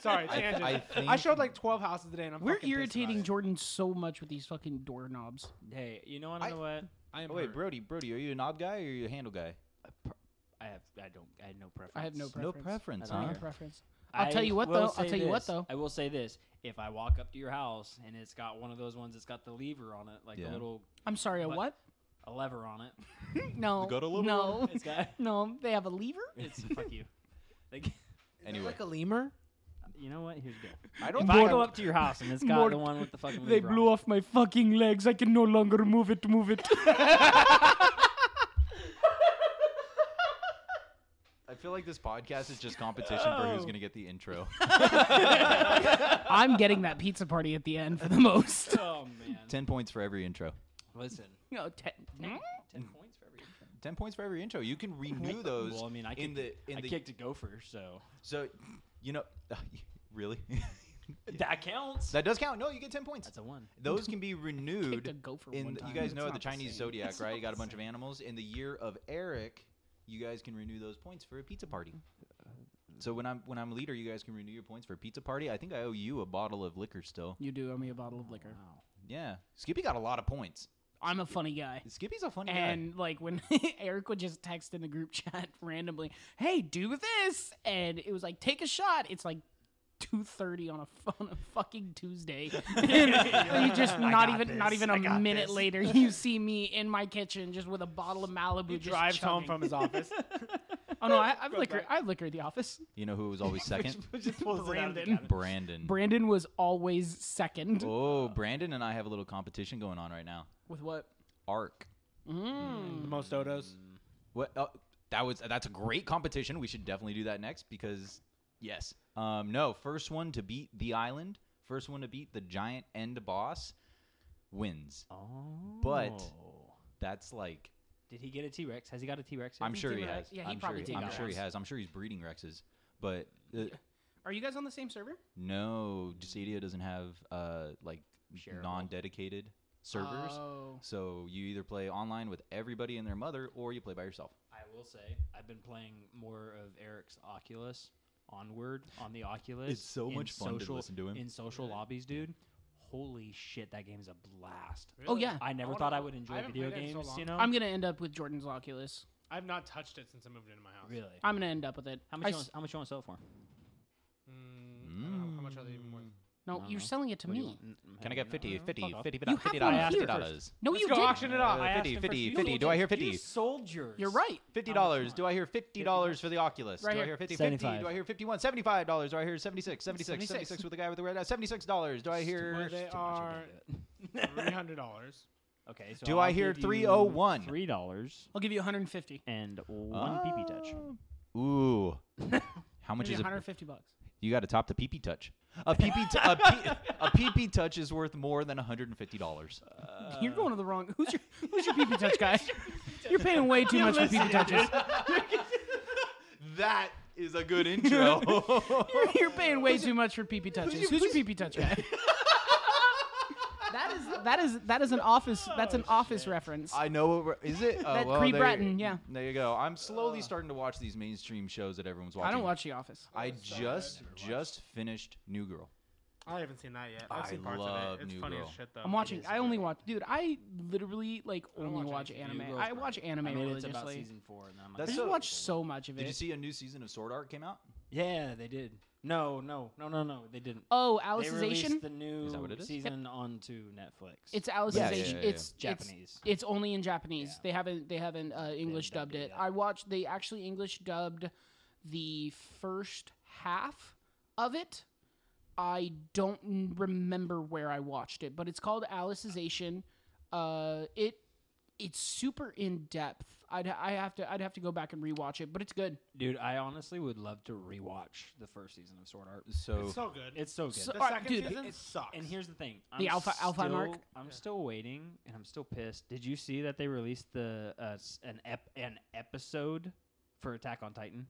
[SPEAKER 5] Sorry,
[SPEAKER 3] I-
[SPEAKER 5] tangent. I,
[SPEAKER 3] I think-
[SPEAKER 5] showed like 12 houses today, and I'm
[SPEAKER 4] We're
[SPEAKER 5] fucking pissed about
[SPEAKER 4] irritating
[SPEAKER 5] it.
[SPEAKER 4] Jordan so much with these fucking doorknobs.
[SPEAKER 2] hey, you know what? I
[SPEAKER 3] I-
[SPEAKER 2] know what.
[SPEAKER 5] I am
[SPEAKER 3] Oh, wait,
[SPEAKER 5] hurt.
[SPEAKER 3] Brody, Brody, are you a knob guy or are you a handle guy?
[SPEAKER 2] I have. I don't. I have no preference.
[SPEAKER 4] I have no preference.
[SPEAKER 3] No preference,
[SPEAKER 2] I don't
[SPEAKER 3] huh?
[SPEAKER 2] care.
[SPEAKER 4] preference. I'll tell you what,
[SPEAKER 2] will
[SPEAKER 4] though. I'll
[SPEAKER 2] say
[SPEAKER 4] tell you what,
[SPEAKER 2] this.
[SPEAKER 4] though.
[SPEAKER 2] I will say this: if I walk up to your house and it's got one of those ones that's got the lever on it, like
[SPEAKER 3] Yeah.
[SPEAKER 2] a little
[SPEAKER 4] I'm sorry. A
[SPEAKER 2] But-
[SPEAKER 4] what?
[SPEAKER 2] a lever on it,
[SPEAKER 4] No.
[SPEAKER 3] got a little
[SPEAKER 4] no.
[SPEAKER 2] it's got
[SPEAKER 3] (laughs)
[SPEAKER 4] (laughs) no. They have a lever.
[SPEAKER 2] it's fuck you. Like,
[SPEAKER 3] Anyway,
[SPEAKER 5] like a lemur.
[SPEAKER 2] you know what? Here's
[SPEAKER 4] (laughs)
[SPEAKER 2] good.
[SPEAKER 3] I
[SPEAKER 2] If
[SPEAKER 3] don't
[SPEAKER 2] I
[SPEAKER 3] think
[SPEAKER 2] go
[SPEAKER 3] I-
[SPEAKER 2] up to your house and it's got
[SPEAKER 4] Mort-
[SPEAKER 2] the one with the fucking lever
[SPEAKER 4] They blew
[SPEAKER 2] on
[SPEAKER 4] off my fucking legs. I can no longer move it. Move it.
[SPEAKER 3] I feel like this podcast is just competition for who's going to get the intro. (laughs)
[SPEAKER 4] I'm getting that pizza party at the end for the most.
[SPEAKER 2] it. Oh man!
[SPEAKER 3] 10 points for every intro.
[SPEAKER 2] Listen,
[SPEAKER 4] no, ten,
[SPEAKER 2] ten points for every.
[SPEAKER 3] 10 points for every intro. You can renew those
[SPEAKER 2] Well, I mean, I
[SPEAKER 3] in
[SPEAKER 2] kicked,
[SPEAKER 3] the in
[SPEAKER 2] I
[SPEAKER 3] the
[SPEAKER 2] kicked a gopher, so
[SPEAKER 3] So, you know, (laughs) really? (laughs)
[SPEAKER 2] that counts.
[SPEAKER 3] that does count. No, you get 10 points.
[SPEAKER 2] That's a one.
[SPEAKER 3] Those can be
[SPEAKER 4] Kicked
[SPEAKER 3] renewed.
[SPEAKER 4] a gopher
[SPEAKER 3] in
[SPEAKER 4] one
[SPEAKER 3] the-
[SPEAKER 4] time.
[SPEAKER 3] you guys
[SPEAKER 4] It's
[SPEAKER 3] know
[SPEAKER 4] not
[SPEAKER 3] the
[SPEAKER 4] the
[SPEAKER 3] Chinese
[SPEAKER 4] same.
[SPEAKER 3] zodiac,
[SPEAKER 4] It's
[SPEAKER 3] right?
[SPEAKER 4] not
[SPEAKER 3] You got a
[SPEAKER 4] the
[SPEAKER 3] bunch of animals. In the year of Eric, you guys can renew those points for a pizza party. So when I'm when I'm leader, you guys can renew your points for a pizza party. I think I owe you a bottle of liquor still.
[SPEAKER 4] You do owe me a bottle of liquor.
[SPEAKER 2] Wow.
[SPEAKER 3] Yeah, Skippy got a lot of points.
[SPEAKER 4] I'm a funny guy.
[SPEAKER 3] Skippy's a funny guy.
[SPEAKER 4] And like when (laughs) Eric would just text in the group chat (laughs) randomly, "Hey, do this," and it was like, "Take a shot." It's like two thirty on a (laughs) f- on a fucking Tuesday, (laughs) and you just not even not even a minute later,
[SPEAKER 2] (laughs)
[SPEAKER 4] you see me in my kitchen just with a bottle of Malibu.
[SPEAKER 5] He
[SPEAKER 4] just
[SPEAKER 5] drives home
[SPEAKER 4] chugging.
[SPEAKER 5] from his office.
[SPEAKER 4] (laughs) Oh no, I, I've
[SPEAKER 5] Goes
[SPEAKER 4] liquor.
[SPEAKER 5] back.
[SPEAKER 4] I have liquor at the office.
[SPEAKER 3] You know who was
[SPEAKER 4] (laughs)
[SPEAKER 3] always second?
[SPEAKER 4] Brandon.
[SPEAKER 3] Brandon.
[SPEAKER 4] Brandon was always second.
[SPEAKER 3] Oh, Brandon and I have a little competition going on right now.
[SPEAKER 4] With what?
[SPEAKER 3] Arc. Mm.
[SPEAKER 4] Mm.
[SPEAKER 5] The
[SPEAKER 2] Mm.
[SPEAKER 5] most odos.
[SPEAKER 3] What? Uh, that was that's a great competition. We should definitely do that next because yes. Um, no, first one to beat the island, first one to beat the giant end boss wins.
[SPEAKER 2] Oh.
[SPEAKER 3] That's like
[SPEAKER 2] did he get a T Rex? Has he got a T Rex?
[SPEAKER 3] I'm sure he
[SPEAKER 4] T-Rex?
[SPEAKER 3] has.
[SPEAKER 4] Yeah, he
[SPEAKER 3] I'm
[SPEAKER 4] probably
[SPEAKER 3] sure,
[SPEAKER 4] did
[SPEAKER 3] I'm
[SPEAKER 4] got
[SPEAKER 3] sure he
[SPEAKER 4] one.
[SPEAKER 3] has. I'm sure he's breeding rexes, but uh,
[SPEAKER 4] Are you guys on the same server?
[SPEAKER 3] no, Jasadia doesn't have uh like
[SPEAKER 2] Shareable.
[SPEAKER 3] non-dedicated servers.
[SPEAKER 4] Oh.
[SPEAKER 3] So you either play online with everybody and their mother, or you play by yourself.
[SPEAKER 2] I will say I've been playing more of Eric's Oculus onward on the Oculus.
[SPEAKER 3] It's so
[SPEAKER 2] in
[SPEAKER 3] much fun to listen to him.
[SPEAKER 2] in social lobbies, dude. Holy shit, that game's a blast.
[SPEAKER 4] Oh yeah.
[SPEAKER 2] I never
[SPEAKER 5] wanna-
[SPEAKER 2] thought I would enjoy
[SPEAKER 5] I haven't
[SPEAKER 2] video
[SPEAKER 5] played it in so
[SPEAKER 2] games,
[SPEAKER 5] long.
[SPEAKER 2] you know. (laughs)
[SPEAKER 4] I'm gonna end up with Jordan's Oculus.
[SPEAKER 5] I've not touched it since I moved into my house.
[SPEAKER 2] really.
[SPEAKER 4] I'm gonna end up with it.
[SPEAKER 2] How
[SPEAKER 4] I
[SPEAKER 2] much? You
[SPEAKER 4] s-
[SPEAKER 2] want, how much you want to sell it for?
[SPEAKER 5] Mm, I don't know how much are they even worth?
[SPEAKER 4] No,
[SPEAKER 2] I don't
[SPEAKER 4] you're
[SPEAKER 2] know.
[SPEAKER 4] selling it to
[SPEAKER 2] What do you
[SPEAKER 4] me.
[SPEAKER 2] want? Mm, mm,
[SPEAKER 3] Can I
[SPEAKER 2] no,
[SPEAKER 3] get
[SPEAKER 2] no,
[SPEAKER 3] 50,
[SPEAKER 2] no,
[SPEAKER 3] 50,
[SPEAKER 2] fuck off.
[SPEAKER 3] 50,
[SPEAKER 4] You have one
[SPEAKER 3] dollars,
[SPEAKER 4] here
[SPEAKER 3] $50 dollars?
[SPEAKER 4] No,
[SPEAKER 5] Let's
[SPEAKER 4] you
[SPEAKER 5] go
[SPEAKER 4] didn't.
[SPEAKER 5] auction it off.
[SPEAKER 3] Uh,
[SPEAKER 2] I asked
[SPEAKER 3] 50,
[SPEAKER 2] him for
[SPEAKER 3] 50,
[SPEAKER 2] you
[SPEAKER 3] 50.
[SPEAKER 2] sold
[SPEAKER 3] Do I
[SPEAKER 2] your-
[SPEAKER 3] hear 50?
[SPEAKER 2] You sold yours.
[SPEAKER 4] You're right.
[SPEAKER 3] Fifty
[SPEAKER 2] How much
[SPEAKER 3] dollars.
[SPEAKER 2] more?
[SPEAKER 3] Do I hear fifty dollars for the Oculus?
[SPEAKER 4] Right
[SPEAKER 3] do I
[SPEAKER 4] here.
[SPEAKER 3] hear 50, 50?
[SPEAKER 2] 75.
[SPEAKER 3] Do I hear fifty one? Seventy five dollars. Do I hear 76, 76,
[SPEAKER 4] 76.
[SPEAKER 3] 76 with the guy with the red Seventy six dollars. Do I
[SPEAKER 5] Where
[SPEAKER 3] hear?
[SPEAKER 5] they
[SPEAKER 2] Too much, I
[SPEAKER 5] are
[SPEAKER 2] can't
[SPEAKER 5] three hundred dollars.
[SPEAKER 2] do it. Uh, Okay. So
[SPEAKER 3] Do I
[SPEAKER 2] I'll
[SPEAKER 3] hear
[SPEAKER 2] give you
[SPEAKER 3] 301?
[SPEAKER 2] Three dollars
[SPEAKER 4] I'll give you 150.
[SPEAKER 2] and one PP touch.
[SPEAKER 3] Ooh. How much
[SPEAKER 4] Maybe
[SPEAKER 3] is it?
[SPEAKER 4] 150 bucks.
[SPEAKER 3] You got to top the PP touch. A PP, t- a, P- a PP touch is worth more than one hundred and fifty dollars.
[SPEAKER 4] You're going to the wrong. Who's (laughs) your Uh, Who's your PP touch guy? You're paying way too much for PP touches.
[SPEAKER 3] That is a
[SPEAKER 4] (laughs)
[SPEAKER 3] good intro.
[SPEAKER 4] You're paying way too much for PP touches. Who's your PP (laughs) touch guy? that is that is that is an office. That's an office reference.
[SPEAKER 3] I know what we're, is it? Uh,
[SPEAKER 4] That
[SPEAKER 3] well,
[SPEAKER 4] Cree
[SPEAKER 3] there-
[SPEAKER 4] Bratton, yeah.
[SPEAKER 3] There you go. I'm slowly starting to watch these mainstream shows that everyone's watching.
[SPEAKER 4] I don't watch The Office.
[SPEAKER 3] I just just finished New Girl.
[SPEAKER 5] I haven't seen that yet.
[SPEAKER 3] I've
[SPEAKER 5] I've
[SPEAKER 3] I
[SPEAKER 5] seen parts
[SPEAKER 3] love
[SPEAKER 5] of it. It's
[SPEAKER 3] New
[SPEAKER 5] funny
[SPEAKER 3] Girl.
[SPEAKER 5] as shit though.
[SPEAKER 4] I'm watching. I only watch, dude. I literally like only watch
[SPEAKER 5] watch anything.
[SPEAKER 4] anime.
[SPEAKER 2] New Girl's
[SPEAKER 4] I watch anime
[SPEAKER 2] I mean, it's about
[SPEAKER 4] religiously.
[SPEAKER 2] season four, and then I'm
[SPEAKER 4] I
[SPEAKER 3] That's
[SPEAKER 2] like,
[SPEAKER 4] just
[SPEAKER 3] so-
[SPEAKER 4] watch so much of
[SPEAKER 3] Did you
[SPEAKER 4] it.
[SPEAKER 3] see a new season of Sword Art came out?
[SPEAKER 2] yeah, they did. No, no, no, no, no. They didn't.
[SPEAKER 4] Oh,
[SPEAKER 2] They
[SPEAKER 4] Alicization.
[SPEAKER 2] released the new
[SPEAKER 3] Is that what it is?
[SPEAKER 2] season onto Netflix.
[SPEAKER 4] It's Alicization.
[SPEAKER 3] yeah, yeah, yeah.
[SPEAKER 4] It's Japanese.
[SPEAKER 2] Japanese.
[SPEAKER 4] It's, only in Japanese.
[SPEAKER 2] Yeah.
[SPEAKER 4] They haven't they haven't uh, English
[SPEAKER 2] dubbed
[SPEAKER 4] dubbed
[SPEAKER 2] it
[SPEAKER 4] it.
[SPEAKER 2] yet.
[SPEAKER 4] I watched. They actually English dubbed the first half of it. I don't n- remember where I watched it, but it's called Alicization. Uh, it it's super in depth. I'd I have to I'd have to go back and rewatch it, but it's good.
[SPEAKER 2] Dude, I honestly would love to rewatch the first season of Sword Art.
[SPEAKER 3] So
[SPEAKER 5] It's so good.
[SPEAKER 2] It's so good.
[SPEAKER 4] So-
[SPEAKER 5] the
[SPEAKER 4] Alright,
[SPEAKER 5] second
[SPEAKER 4] dude,
[SPEAKER 5] season
[SPEAKER 2] it-
[SPEAKER 5] sucks.
[SPEAKER 2] and here's the thing. I'm
[SPEAKER 4] The alpha- alpha mark?
[SPEAKER 2] still- I'm
[SPEAKER 5] Yeah.
[SPEAKER 2] still waiting, and I'm still pissed. Did you see that they released the uh, s- an ep- an episode for Attack on Titan?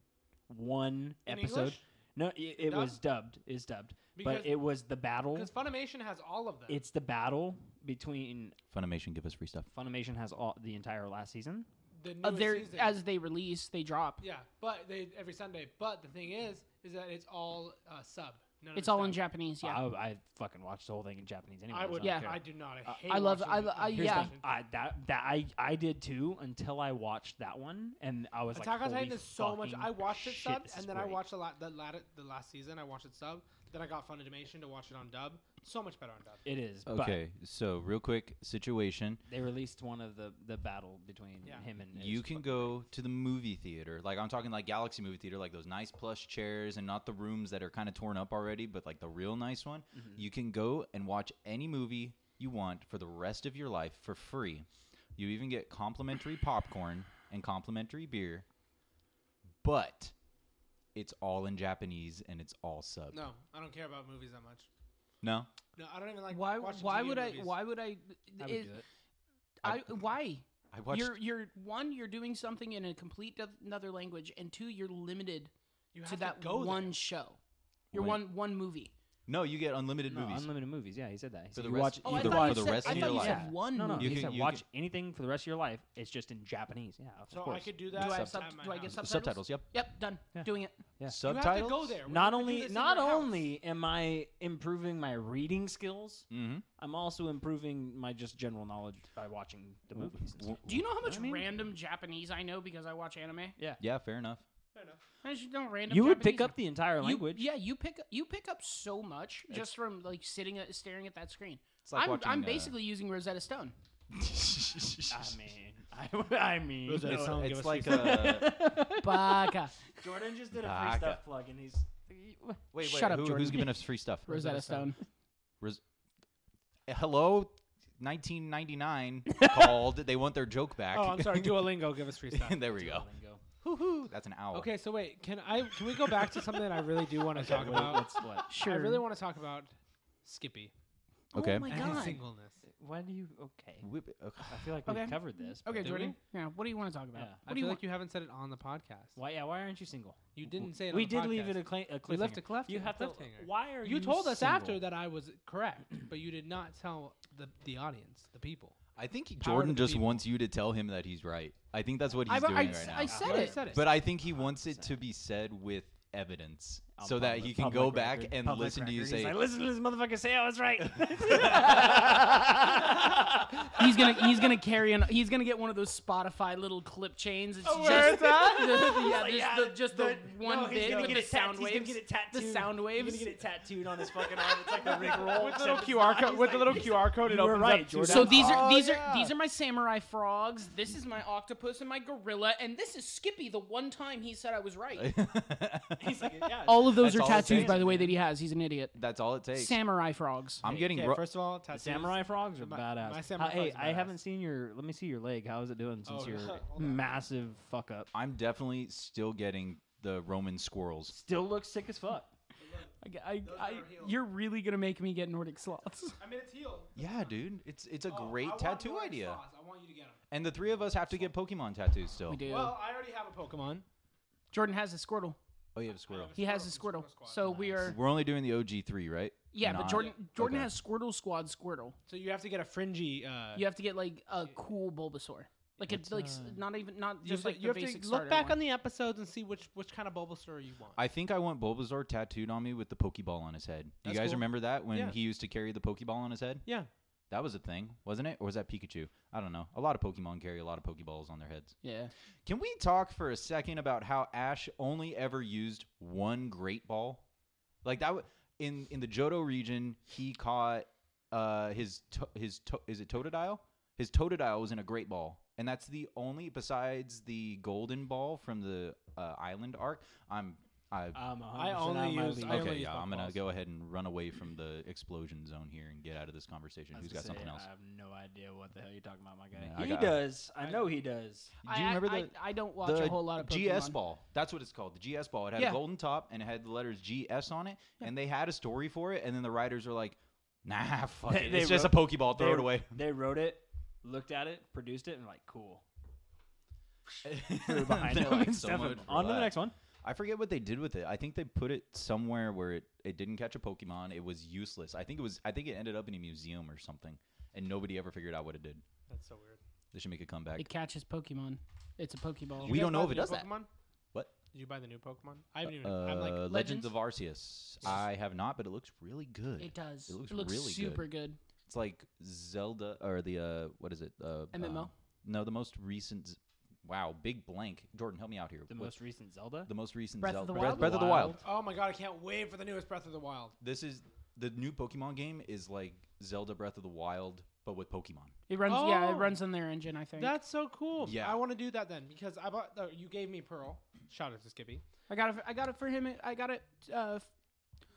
[SPEAKER 2] One
[SPEAKER 5] In
[SPEAKER 2] episode.
[SPEAKER 5] English?
[SPEAKER 2] No, i- it, it
[SPEAKER 5] Dubbed?
[SPEAKER 2] was dubbed. Is dubbed,
[SPEAKER 5] Because-
[SPEAKER 2] but it was the battle.
[SPEAKER 5] Because Funimation has all of them.
[SPEAKER 2] It's the battle between
[SPEAKER 3] Funimation give us free stuff.
[SPEAKER 2] Funimation has all the entire last season.
[SPEAKER 5] the
[SPEAKER 4] Uh,
[SPEAKER 5] newest
[SPEAKER 4] they're
[SPEAKER 5] season.
[SPEAKER 4] as they release, they drop.
[SPEAKER 5] yeah, but they every Sunday. But the thing is, is that it's all uh, sub. None of
[SPEAKER 4] It's all in
[SPEAKER 5] dubbed.
[SPEAKER 4] Japanese. Yeah.
[SPEAKER 2] I, I fucking watched the whole thing in Japanese anyway.
[SPEAKER 5] I would.
[SPEAKER 4] Yeah.
[SPEAKER 5] I do not.
[SPEAKER 2] I-
[SPEAKER 5] hate
[SPEAKER 4] Uh, I love-
[SPEAKER 5] watching
[SPEAKER 4] I
[SPEAKER 5] it
[SPEAKER 4] lo-
[SPEAKER 5] in
[SPEAKER 4] I-
[SPEAKER 5] English.
[SPEAKER 4] yeah.
[SPEAKER 2] I that that I I did too until I watched that one and I was like,
[SPEAKER 5] Attack on Titan
[SPEAKER 2] "Holy
[SPEAKER 5] is so much.
[SPEAKER 2] fucking
[SPEAKER 5] I watched it
[SPEAKER 2] shit,
[SPEAKER 5] sub,
[SPEAKER 2] this
[SPEAKER 5] and
[SPEAKER 2] is
[SPEAKER 5] then I
[SPEAKER 2] great."
[SPEAKER 5] watched a lot the lat the last season. I watched it sub. Then I got Funimation to watch it on dub. So much better on dub.
[SPEAKER 2] It is okay.
[SPEAKER 3] Okay, so real quick situation.
[SPEAKER 2] But they released one of the the battle between
[SPEAKER 5] Yeah.
[SPEAKER 2] him and
[SPEAKER 3] You can go to the movie theater. Like I'm talking like Galaxy movie theater, like those nice plush chairs and not the rooms that are kind of torn up already, but like the real nice one. You can go and watch any movie you want for the rest of your life for free. You even get complimentary popcorn and complimentary beer. But it's all in Japanese and it's all sub.
[SPEAKER 5] No, I don't care about movies that much.
[SPEAKER 3] No?
[SPEAKER 5] No, I don't even like.
[SPEAKER 4] why
[SPEAKER 5] watching
[SPEAKER 4] why
[SPEAKER 5] TV
[SPEAKER 4] would I
[SPEAKER 5] movies.
[SPEAKER 4] why would I?
[SPEAKER 2] I would
[SPEAKER 4] it-
[SPEAKER 2] do it.
[SPEAKER 4] I why?
[SPEAKER 3] I watched
[SPEAKER 4] You're you're one. You're doing something in a complete doth- another language, and two, you're limited
[SPEAKER 5] You
[SPEAKER 4] to
[SPEAKER 5] have
[SPEAKER 4] that
[SPEAKER 5] go
[SPEAKER 4] one
[SPEAKER 5] there.
[SPEAKER 4] show. Your
[SPEAKER 3] Wait.
[SPEAKER 4] one one movie.
[SPEAKER 3] No, you get unlimited
[SPEAKER 2] No,
[SPEAKER 3] movies.
[SPEAKER 2] unlimited movies. Yeah, he said that. He
[SPEAKER 3] For
[SPEAKER 2] said
[SPEAKER 3] the
[SPEAKER 2] you
[SPEAKER 3] rest-
[SPEAKER 2] watch
[SPEAKER 3] Oh,
[SPEAKER 2] you
[SPEAKER 3] I
[SPEAKER 2] could
[SPEAKER 3] thought
[SPEAKER 2] watch
[SPEAKER 3] you for the said- rest
[SPEAKER 4] I
[SPEAKER 3] of
[SPEAKER 4] thought
[SPEAKER 3] your
[SPEAKER 4] you
[SPEAKER 3] life.
[SPEAKER 2] Yeah.
[SPEAKER 4] said one
[SPEAKER 2] No, no.
[SPEAKER 4] movie.
[SPEAKER 3] You
[SPEAKER 2] he
[SPEAKER 3] can-
[SPEAKER 2] said
[SPEAKER 3] you
[SPEAKER 2] watch
[SPEAKER 3] can-
[SPEAKER 2] anything for the rest of your life. It's just in Japanese. Yeah. of
[SPEAKER 5] So I
[SPEAKER 2] course.
[SPEAKER 5] could do
[SPEAKER 4] do
[SPEAKER 5] that.
[SPEAKER 4] I
[SPEAKER 5] at
[SPEAKER 4] have sub-
[SPEAKER 5] my
[SPEAKER 4] do I
[SPEAKER 5] house.
[SPEAKER 4] get subtitles?
[SPEAKER 3] subtitles, yep.
[SPEAKER 4] Yep, done.
[SPEAKER 2] Yeah.
[SPEAKER 4] Doing it.
[SPEAKER 5] You
[SPEAKER 3] Subtitles.
[SPEAKER 5] have to go there.
[SPEAKER 2] Not only not only am I improving my reading skills,
[SPEAKER 3] Mm-hmm.
[SPEAKER 2] I'm also improving my just general knowledge by watching the movies. And stuff.
[SPEAKER 4] Do you know how much
[SPEAKER 2] I mean-
[SPEAKER 4] random Japanese I know because I watch anime?
[SPEAKER 2] Yeah.
[SPEAKER 3] Yeah, fair enough.
[SPEAKER 4] I just know random.
[SPEAKER 2] You would pick
[SPEAKER 4] Japanese-
[SPEAKER 2] up the entire
[SPEAKER 4] You-
[SPEAKER 2] language.
[SPEAKER 4] yeah, you pick you pick up so much just from like sitting at, staring at that screen.
[SPEAKER 3] It's like
[SPEAKER 4] I'm,
[SPEAKER 3] watching,
[SPEAKER 4] I'm
[SPEAKER 3] uh,
[SPEAKER 4] basically using Rosetta Stone. (laughs)
[SPEAKER 5] (laughs)
[SPEAKER 2] I mean, I, (laughs) I mean,
[SPEAKER 5] Those are
[SPEAKER 3] It's,
[SPEAKER 5] Don't give
[SPEAKER 3] it's
[SPEAKER 5] us
[SPEAKER 3] like uh,
[SPEAKER 5] free (laughs)
[SPEAKER 3] a
[SPEAKER 4] Baka.
[SPEAKER 2] Jordan just did a
[SPEAKER 3] Baca.
[SPEAKER 2] free stuff plug, and he's.
[SPEAKER 3] wait. wait
[SPEAKER 4] Shut up,
[SPEAKER 3] who-
[SPEAKER 4] Jordan.
[SPEAKER 3] Who's giving us free stuff?
[SPEAKER 4] Rosetta Stone.
[SPEAKER 3] Uh, Hello,
[SPEAKER 5] (laughs)
[SPEAKER 3] 1999 called. They want their joke back.
[SPEAKER 5] Oh, I'm sorry.
[SPEAKER 3] (laughs)
[SPEAKER 5] Duolingo, give us free stuff.
[SPEAKER 3] there we go. That's an owl.
[SPEAKER 5] Okay, so wait, can I? Can we go back to something that I really do want (laughs) to talk about?
[SPEAKER 2] What's what?
[SPEAKER 5] I
[SPEAKER 4] Sure.
[SPEAKER 5] really want to talk about Skippy
[SPEAKER 3] Okay.
[SPEAKER 4] Oh my
[SPEAKER 5] and his
[SPEAKER 4] god.
[SPEAKER 5] singleness.
[SPEAKER 2] Why do you? Okay, (laughs)
[SPEAKER 3] Whip it. Okay.
[SPEAKER 2] I feel like
[SPEAKER 4] Okay.
[SPEAKER 2] we've covered this. but
[SPEAKER 4] Okay,
[SPEAKER 2] did
[SPEAKER 4] Jordan.
[SPEAKER 2] we?
[SPEAKER 4] Yeah. What do you want to talk about?
[SPEAKER 2] Yeah.
[SPEAKER 4] What
[SPEAKER 5] I
[SPEAKER 4] do you
[SPEAKER 5] feel
[SPEAKER 4] want?
[SPEAKER 5] like you haven't said it on the podcast.
[SPEAKER 2] Why? Yeah. Why aren't you single?
[SPEAKER 5] You didn't say it.
[SPEAKER 2] we
[SPEAKER 5] on the
[SPEAKER 2] did leave
[SPEAKER 5] podcast.
[SPEAKER 2] it a, cla- a cliffhanger.
[SPEAKER 5] We left a cliff-
[SPEAKER 2] You have to.
[SPEAKER 5] cliffhanger.
[SPEAKER 2] Why are you?
[SPEAKER 5] You told us
[SPEAKER 2] single?
[SPEAKER 5] after that I was correct, but you did not tell the the audience, the people.
[SPEAKER 3] I think he-
[SPEAKER 5] Power to
[SPEAKER 3] Jordan
[SPEAKER 5] the
[SPEAKER 3] just
[SPEAKER 5] people.
[SPEAKER 3] wants you to tell him that he's right. I think that's what he's
[SPEAKER 4] I've-
[SPEAKER 3] doing
[SPEAKER 4] I,
[SPEAKER 3] right now.
[SPEAKER 4] I said
[SPEAKER 5] Yeah,
[SPEAKER 4] it.
[SPEAKER 5] I said it.
[SPEAKER 3] but I think he wants it to be said with evidence,
[SPEAKER 2] On
[SPEAKER 3] so that
[SPEAKER 2] public-
[SPEAKER 3] he can
[SPEAKER 2] public
[SPEAKER 3] go back
[SPEAKER 2] record.
[SPEAKER 3] and
[SPEAKER 2] Public
[SPEAKER 3] listen to you
[SPEAKER 2] record. He's
[SPEAKER 3] say.
[SPEAKER 2] like, listen to this motherfucker say I was right. (laughs)
[SPEAKER 4] He's gonna he's gonna carry an he's gonna get one of those Spotify little clip chains.
[SPEAKER 2] Oh,
[SPEAKER 4] It's just, (laughs) yeah, just
[SPEAKER 2] yeah,
[SPEAKER 4] the, just the, one bit with the sound
[SPEAKER 2] He's gonna
[SPEAKER 4] waves.
[SPEAKER 2] get it tattooed.
[SPEAKER 4] The sound
[SPEAKER 2] He's
[SPEAKER 4] waves.
[SPEAKER 2] gonna get it tattooed on his fucking arm. It's like the Rick roll.
[SPEAKER 5] With the little QR code, with the little QR code, it
[SPEAKER 2] You were
[SPEAKER 5] opens
[SPEAKER 2] right,
[SPEAKER 5] up.
[SPEAKER 2] Jordan.
[SPEAKER 4] So these are
[SPEAKER 5] Oh,
[SPEAKER 4] these
[SPEAKER 5] yeah.
[SPEAKER 4] are these are my samurai frogs. This is my octopus and my gorilla, and this is Skippy. The one time he said I was right.
[SPEAKER 2] He's like, yeah.
[SPEAKER 4] All of those
[SPEAKER 3] That's
[SPEAKER 4] are
[SPEAKER 3] all it
[SPEAKER 4] tattoos,
[SPEAKER 3] takes,
[SPEAKER 4] by the way, that he has. He's an idiot.
[SPEAKER 3] (laughs) that's all it takes.
[SPEAKER 4] Samurai frogs.
[SPEAKER 3] I'm getting.
[SPEAKER 5] Okay,
[SPEAKER 3] ro-
[SPEAKER 5] first of all, tattoos.
[SPEAKER 2] Samurai frogs are
[SPEAKER 5] My-
[SPEAKER 2] badass.
[SPEAKER 5] my samurai
[SPEAKER 2] How- hey,
[SPEAKER 5] frog's
[SPEAKER 2] I
[SPEAKER 5] badass.
[SPEAKER 2] haven't seen your. Let me see your leg. How's it doing since
[SPEAKER 5] Oh,
[SPEAKER 2] your
[SPEAKER 5] (laughs) hold on.
[SPEAKER 2] massive fuck up?
[SPEAKER 3] I'm definitely still getting the Roman squirrels.
[SPEAKER 2] Still looks sick as fuck.
[SPEAKER 4] I, I,
[SPEAKER 5] are our heels.
[SPEAKER 4] you're really gonna make me get Nordic sloths.
[SPEAKER 5] I mean, it's healed.
[SPEAKER 3] Yeah, dude, it's it's
[SPEAKER 5] Oh,
[SPEAKER 3] a great tattoo idea.
[SPEAKER 5] I want you to get them.
[SPEAKER 3] And the three of us have to get Pokemon tattoos still.
[SPEAKER 4] We do.
[SPEAKER 5] Well, I already have a Pokemon.
[SPEAKER 4] Jordan has a Squirtle.
[SPEAKER 3] Oh, you have a squirrel.
[SPEAKER 4] He has a
[SPEAKER 5] Squirtle
[SPEAKER 4] Squirtle.
[SPEAKER 5] Squad.
[SPEAKER 4] So we are.
[SPEAKER 3] We're only doing the OG three, right?
[SPEAKER 4] Yeah,
[SPEAKER 3] Not-
[SPEAKER 4] but Jordan Jordan
[SPEAKER 3] okay.
[SPEAKER 4] has Squirtle Squad Squirtle.
[SPEAKER 5] So you have to get a fringy. Uh,
[SPEAKER 4] You have to get like a cool Bulbasaur, like a like s- not even not
[SPEAKER 5] you have
[SPEAKER 4] just
[SPEAKER 5] to-
[SPEAKER 4] like
[SPEAKER 5] you
[SPEAKER 4] the
[SPEAKER 5] have to
[SPEAKER 4] basic
[SPEAKER 5] look back on
[SPEAKER 4] the.
[SPEAKER 5] the episodes and see which which kind of Bulbasaur you want.
[SPEAKER 3] I think I want Bulbasaur tattooed on me with the Pokeball on his head. Do you
[SPEAKER 5] That's
[SPEAKER 3] guys
[SPEAKER 5] cool.
[SPEAKER 3] remember that when
[SPEAKER 5] Yeah.
[SPEAKER 3] he used to carry the Pokeball on his head?
[SPEAKER 5] yeah,
[SPEAKER 3] That was a thing, wasn't it? Or was that Pikachu? I don't know. A lot of Pokemon carry a lot of Pokeballs on their heads.
[SPEAKER 4] Yeah,
[SPEAKER 3] Can we talk for a second about how Ash only ever used one Great Ball? Like that w- in in the Johto region, he caught uh his to- his to- is it Totodile? His Totodile was in a great ball. And that's the only besides the golden ball from the uh, island arc. I'm I
[SPEAKER 2] Um,
[SPEAKER 5] I only use- I
[SPEAKER 3] Okay,
[SPEAKER 5] use
[SPEAKER 3] yeah,
[SPEAKER 5] my
[SPEAKER 3] I'm gonna
[SPEAKER 5] balls.
[SPEAKER 3] go ahead and run away from the explosion zone here and get out of this conversation. Who's got something else?
[SPEAKER 2] I have no idea what the hell you're talking about, my guy.
[SPEAKER 3] Yeah, I
[SPEAKER 2] he
[SPEAKER 3] got-
[SPEAKER 2] does. I know he does.
[SPEAKER 3] Do you remember
[SPEAKER 4] I,
[SPEAKER 3] the
[SPEAKER 4] I, I don't watch a whole lot of
[SPEAKER 3] GS
[SPEAKER 4] Pokemon.
[SPEAKER 3] ball. That's what it's called. The GS ball. It had
[SPEAKER 4] Yeah.
[SPEAKER 3] a golden top and it had the letters GS on it, and they had a story for it. And then the writers were like, "Nah, (laughs) fuck
[SPEAKER 2] They-
[SPEAKER 3] it.
[SPEAKER 2] they
[SPEAKER 3] It's just a Pokeball. Throw
[SPEAKER 2] they,
[SPEAKER 3] it away."
[SPEAKER 2] (laughs) They wrote it, looked at it, produced it, and like, (laughs) cool.
[SPEAKER 3] (laughs) Behind
[SPEAKER 2] it, like, stuff it. on to the next one.
[SPEAKER 3] I forget what they did with it. I think they put it somewhere where it, it didn't catch a Pokemon. It was useless. I think it was. I think it ended up in a museum or something, and nobody ever figured out what it did.
[SPEAKER 5] That's so weird.
[SPEAKER 3] They should make a comeback.
[SPEAKER 4] It catches Pokemon. It's a Pokeball.
[SPEAKER 3] We
[SPEAKER 5] guys
[SPEAKER 3] don't know
[SPEAKER 5] buy
[SPEAKER 3] if
[SPEAKER 5] the
[SPEAKER 3] it
[SPEAKER 5] new
[SPEAKER 3] does that.
[SPEAKER 5] Pokemon?
[SPEAKER 3] What?
[SPEAKER 5] Did you buy the new Pokemon? I haven't
[SPEAKER 3] uh,
[SPEAKER 5] even. I'm like,
[SPEAKER 3] Legends of Arceus. I have not, but it looks really good.
[SPEAKER 4] It does.
[SPEAKER 3] It looks really
[SPEAKER 4] super good.
[SPEAKER 3] It's like Zelda or the uh what is it? Uh
[SPEAKER 4] MMO?
[SPEAKER 3] um, no, the most recent Z- wow, big blank. Jordan, help me out here.
[SPEAKER 2] The
[SPEAKER 3] What-
[SPEAKER 2] most recent Zelda.
[SPEAKER 3] the most recent
[SPEAKER 4] Breath of
[SPEAKER 3] Zelda
[SPEAKER 4] the Wild?
[SPEAKER 3] Breath of the Wild.
[SPEAKER 5] oh my god, I can't wait for the newest Breath of the Wild.
[SPEAKER 3] This is the new Pokemon game is like Zelda Breath of the Wild but with Pokemon.
[SPEAKER 4] It runs. Yeah, it
[SPEAKER 5] Oh.
[SPEAKER 4] runs on their engine. I think.
[SPEAKER 5] That's so cool.
[SPEAKER 3] Yeah.
[SPEAKER 5] I want to do that then because I bought. Uh, you gave me Pearl. Shout out to Skippy.
[SPEAKER 4] I got it. I got it for him. I got it. Uh, f-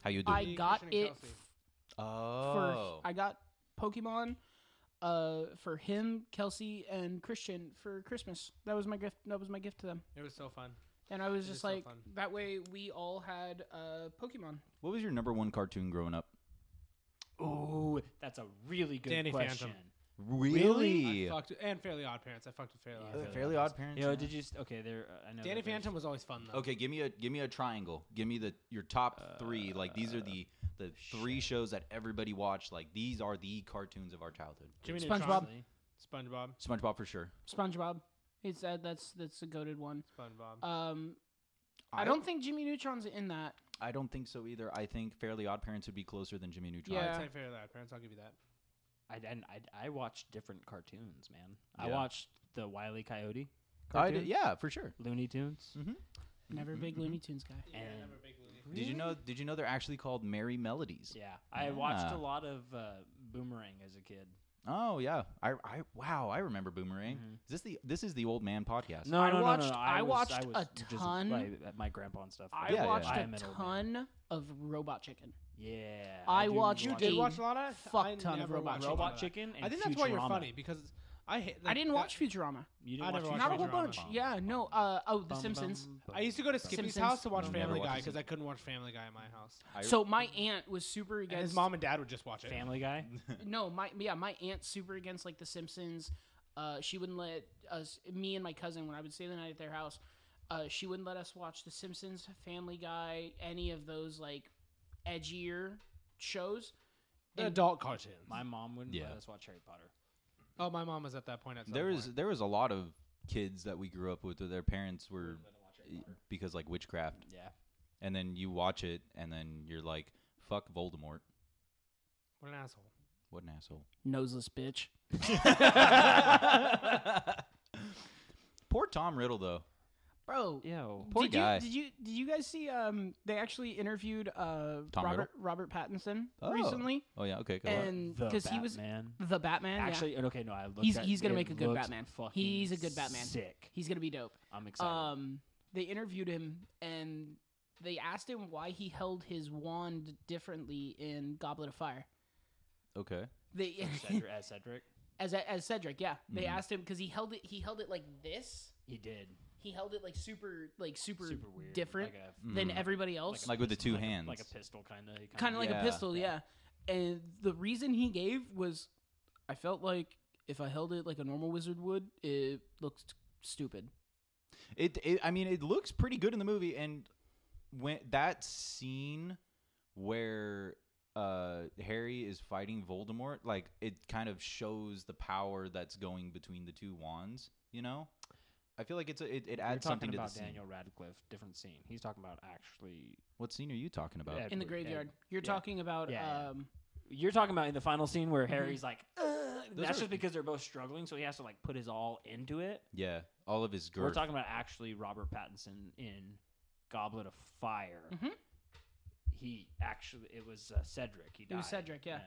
[SPEAKER 3] How you
[SPEAKER 4] I
[SPEAKER 3] doing?
[SPEAKER 5] Dude.
[SPEAKER 4] got
[SPEAKER 5] Christian
[SPEAKER 4] it
[SPEAKER 5] and Kelsey.
[SPEAKER 4] f-
[SPEAKER 3] oh.
[SPEAKER 4] for. I got Pokemon. Uh, for him, Kelsey, and Christian for Christmas. That was my gift. That was my gift to them.
[SPEAKER 5] It was so fun.
[SPEAKER 4] And I was
[SPEAKER 5] It is
[SPEAKER 4] just
[SPEAKER 5] so
[SPEAKER 4] like,
[SPEAKER 5] fun.
[SPEAKER 4] that way we all had uh Pokemon.
[SPEAKER 3] what was your number 1 cartoon growing up?
[SPEAKER 2] Ooh, that's a really good
[SPEAKER 5] Danny Phantom.
[SPEAKER 2] question.
[SPEAKER 5] I fucked with- and Fairly Odd Parents. I fucked with Fairly Odd.
[SPEAKER 2] Yeah,
[SPEAKER 3] Uh,
[SPEAKER 2] Fairly
[SPEAKER 5] Parents.
[SPEAKER 3] Fairly
[SPEAKER 2] Odd
[SPEAKER 3] Odd Parents.
[SPEAKER 2] Yo,
[SPEAKER 3] yeah.
[SPEAKER 2] did you? s- Okay, there. uh, I know.
[SPEAKER 5] Danny
[SPEAKER 2] that there's-
[SPEAKER 5] Phantom was always fun though.
[SPEAKER 3] Okay, give me a give me a triangle. Give me the your top three. Like these are the
[SPEAKER 2] Uh,
[SPEAKER 3] the three shows that everybody watched. Like these are the cartoons of our childhood.
[SPEAKER 5] Jimmy
[SPEAKER 4] SpongeBob.
[SPEAKER 5] Neutron. SpongeBob.
[SPEAKER 3] SpongeBob for sure.
[SPEAKER 4] SpongeBob. It's uh, that's that's a goaded one.
[SPEAKER 5] SpongeBob.
[SPEAKER 4] Um, I don't think Jimmy Neutron's in that.
[SPEAKER 3] I don't think so either. I think Fairly Odd Parents would be closer than Jimmy Neutron.
[SPEAKER 4] yeah.
[SPEAKER 5] I'd say Fairly Odd Parents. I'll give you that.
[SPEAKER 2] I and I, I watched different cartoons, man. I
[SPEAKER 3] Yeah.
[SPEAKER 2] watched the Wile E. Coyote
[SPEAKER 3] I
[SPEAKER 2] cartoon,
[SPEAKER 3] d- yeah, for sure.
[SPEAKER 2] Looney Tunes.
[SPEAKER 4] Never a big Looney Tunes guy.
[SPEAKER 2] Mm-hmm. Yeah, And- never
[SPEAKER 5] big Looney.
[SPEAKER 3] Did you know? Did you know they're actually called Merry Melodies?
[SPEAKER 2] Yeah, I watched
[SPEAKER 3] Ah.
[SPEAKER 2] a lot of uh, Boomerang as a kid.
[SPEAKER 3] Oh yeah. I, I wow. I remember Boomerang.
[SPEAKER 5] Mm-hmm.
[SPEAKER 3] Is this the this is the old man podcast?
[SPEAKER 2] No,
[SPEAKER 4] I
[SPEAKER 2] no,
[SPEAKER 4] watched-
[SPEAKER 2] no, no, no.
[SPEAKER 4] I
[SPEAKER 2] was,
[SPEAKER 4] watched
[SPEAKER 2] I was
[SPEAKER 4] a
[SPEAKER 2] just
[SPEAKER 4] ton.
[SPEAKER 2] My, my grandpa and stuff.
[SPEAKER 4] I
[SPEAKER 3] Yeah, yeah.
[SPEAKER 4] watched
[SPEAKER 2] I
[SPEAKER 4] a
[SPEAKER 2] am an old man.
[SPEAKER 4] ton of Robot Chicken.
[SPEAKER 2] Yeah,
[SPEAKER 4] I
[SPEAKER 2] do
[SPEAKER 4] watched-
[SPEAKER 2] watch
[SPEAKER 5] You
[SPEAKER 4] Robot
[SPEAKER 5] did
[SPEAKER 4] Chicken.
[SPEAKER 5] watch a lot of
[SPEAKER 4] Fuck
[SPEAKER 5] I
[SPEAKER 4] ton of
[SPEAKER 5] never
[SPEAKER 4] Robot
[SPEAKER 5] watched a
[SPEAKER 4] Chicken.
[SPEAKER 5] lot
[SPEAKER 2] Robot
[SPEAKER 5] of that.
[SPEAKER 2] Chicken. And
[SPEAKER 5] I think that's why you're
[SPEAKER 2] Futurama.
[SPEAKER 5] funny because I hate.
[SPEAKER 4] I
[SPEAKER 5] like,
[SPEAKER 4] didn't
[SPEAKER 5] that-
[SPEAKER 4] watch Futurama.
[SPEAKER 2] You
[SPEAKER 5] I
[SPEAKER 2] didn't
[SPEAKER 5] never
[SPEAKER 2] watch
[SPEAKER 5] watched
[SPEAKER 4] Not a whole
[SPEAKER 5] Futurama.
[SPEAKER 4] bunch. Yeah, no. Uh, oh, The
[SPEAKER 2] Bum,
[SPEAKER 4] Simpsons.
[SPEAKER 2] bum,
[SPEAKER 5] I used to go to Skippy's
[SPEAKER 4] Simpsons.
[SPEAKER 5] house to watch
[SPEAKER 3] Never
[SPEAKER 5] Family
[SPEAKER 3] watched
[SPEAKER 5] Guy
[SPEAKER 3] it.
[SPEAKER 5] because I couldn't watch Family Guy in my house.
[SPEAKER 3] I-
[SPEAKER 4] So my aunt was super
[SPEAKER 5] And
[SPEAKER 4] against.
[SPEAKER 5] his mom and dad would just watch it.
[SPEAKER 2] Family (laughs) Guy.
[SPEAKER 4] No, my yeah, my aunt's super against like The Simpsons. Uh, she wouldn't let us, me and my cousin, when I would stay the night at their house, uh, she wouldn't let us watch The Simpsons, Family Guy, any of those like edgier shows.
[SPEAKER 5] The adult cartoons.
[SPEAKER 2] My mom wouldn't
[SPEAKER 3] Yeah.
[SPEAKER 2] let us watch Harry Potter.
[SPEAKER 5] oh, my mom was at that point. At some
[SPEAKER 3] there
[SPEAKER 5] point.
[SPEAKER 3] was there was a lot of kids that we grew up with. where Their parents were eh, because like witchcraft,
[SPEAKER 2] Yeah,
[SPEAKER 3] and then you watch it, and then you're like, "Fuck Voldemort."
[SPEAKER 5] what an asshole.
[SPEAKER 3] What an asshole.
[SPEAKER 4] Noseless bitch.
[SPEAKER 2] (laughs)
[SPEAKER 3] Poor Tom Riddle though.
[SPEAKER 4] Bro.
[SPEAKER 2] yo,
[SPEAKER 3] Poor
[SPEAKER 4] did
[SPEAKER 3] guy.
[SPEAKER 4] You, did you did you guys see um they actually interviewed uh
[SPEAKER 3] Tom
[SPEAKER 4] Robert Robert Pattinson
[SPEAKER 3] Oh.
[SPEAKER 4] recently
[SPEAKER 3] Oh yeah. Okay. Go on.
[SPEAKER 4] and because he was
[SPEAKER 2] man.
[SPEAKER 4] the Batman yeah.
[SPEAKER 2] Actually, okay, no, I looked.
[SPEAKER 4] He's-
[SPEAKER 2] at,
[SPEAKER 4] he's gonna
[SPEAKER 2] it
[SPEAKER 4] make a good
[SPEAKER 2] looks
[SPEAKER 4] Batman.
[SPEAKER 2] fucking
[SPEAKER 4] He's a good Batman.
[SPEAKER 2] Sick.
[SPEAKER 4] he's gonna be dope.
[SPEAKER 2] I'm excited. (laughs)
[SPEAKER 4] Um they interviewed him and they asked him why he held his wand differently in Goblet of Fire.
[SPEAKER 3] okay.
[SPEAKER 4] They (laughs)
[SPEAKER 2] Cedric, Mm-hmm. as Cedric,
[SPEAKER 4] as as Cedric, yeah. They asked him because he held it he held it like this.
[SPEAKER 2] he did
[SPEAKER 4] He held it like super like super,
[SPEAKER 2] super weird,
[SPEAKER 4] different
[SPEAKER 2] like a
[SPEAKER 4] than
[SPEAKER 3] Mhm.
[SPEAKER 4] everybody else.
[SPEAKER 3] Like with the
[SPEAKER 2] pistol-
[SPEAKER 3] two
[SPEAKER 2] a-
[SPEAKER 3] hands.
[SPEAKER 2] like a pistol kind of,
[SPEAKER 4] kind of like
[SPEAKER 3] Yeah,
[SPEAKER 4] a pistol, yeah. And the reason he gave was, I felt like if I held it like a normal wizard would, it looked stupid.
[SPEAKER 3] It, it I mean it looks pretty good in the movie and when that scene where uh Harry is fighting Voldemort like it kind of shows the power that's going between the two wands, you know? I feel like it's a, it, it
[SPEAKER 2] You're
[SPEAKER 3] adds
[SPEAKER 2] talking
[SPEAKER 3] something to the
[SPEAKER 2] about
[SPEAKER 3] scene.
[SPEAKER 2] Daniel Radcliffe, different scene. He's talking about actually.
[SPEAKER 3] What scene are you talking about?
[SPEAKER 2] Yeah.
[SPEAKER 4] In the
[SPEAKER 2] Edward,
[SPEAKER 4] graveyard,
[SPEAKER 2] Ed-
[SPEAKER 4] you're
[SPEAKER 2] yeah.
[SPEAKER 4] talking about
[SPEAKER 2] Yeah, yeah.
[SPEAKER 4] um,
[SPEAKER 2] You're talking about in the final scene
[SPEAKER 4] Mm-hmm.
[SPEAKER 2] where Harry's like, "Ugh," that's
[SPEAKER 3] are-
[SPEAKER 2] just because they're both struggling, so he has to like put his all into it.
[SPEAKER 3] Yeah, all of his girth.
[SPEAKER 2] We're
[SPEAKER 4] Mm-hmm.
[SPEAKER 2] talking about actually Robert Pattinson in Goblet of Fire.
[SPEAKER 4] Mhm.
[SPEAKER 2] he actually it was uh, Cedric. He died.
[SPEAKER 4] was Cedric, yeah.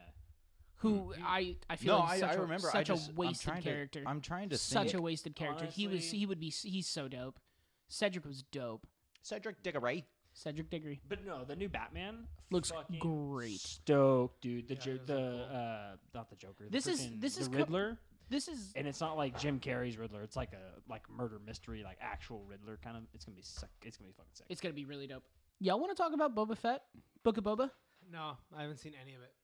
[SPEAKER 4] who I I feel
[SPEAKER 3] Mm, No,
[SPEAKER 4] like
[SPEAKER 3] I-
[SPEAKER 4] such
[SPEAKER 3] I
[SPEAKER 4] a-
[SPEAKER 3] remember. I
[SPEAKER 4] such
[SPEAKER 3] just-
[SPEAKER 4] a
[SPEAKER 3] I'm
[SPEAKER 4] wasted
[SPEAKER 3] trying to-
[SPEAKER 4] character.
[SPEAKER 3] I'm trying to
[SPEAKER 4] such a
[SPEAKER 3] think.
[SPEAKER 4] wasted character. he was
[SPEAKER 2] Honestly-
[SPEAKER 4] he would be s- he's so dope. Cedric was dope.
[SPEAKER 3] Cedric Diggory.
[SPEAKER 4] Cedric Diggory
[SPEAKER 2] But no, the new Batman
[SPEAKER 4] looks
[SPEAKER 2] fucking
[SPEAKER 4] great.
[SPEAKER 2] Stoked, dude. The
[SPEAKER 5] Yeah,
[SPEAKER 2] jo-
[SPEAKER 5] those
[SPEAKER 2] the
[SPEAKER 5] look
[SPEAKER 2] uh, not the Joker. the
[SPEAKER 4] This is-
[SPEAKER 2] freaking-
[SPEAKER 4] this is
[SPEAKER 2] the
[SPEAKER 4] co-
[SPEAKER 2] Riddler,
[SPEAKER 4] This is
[SPEAKER 2] and it's not like Jim Carrey's Riddler. It's like a like murder mystery, like actual Riddler kind of. It's gonna be sick. It's gonna be fucking sick.
[SPEAKER 4] it's gonna be really dope. Y'all want to talk about Boba Fett? Book of Boba?
[SPEAKER 5] No, I haven't seen any of it.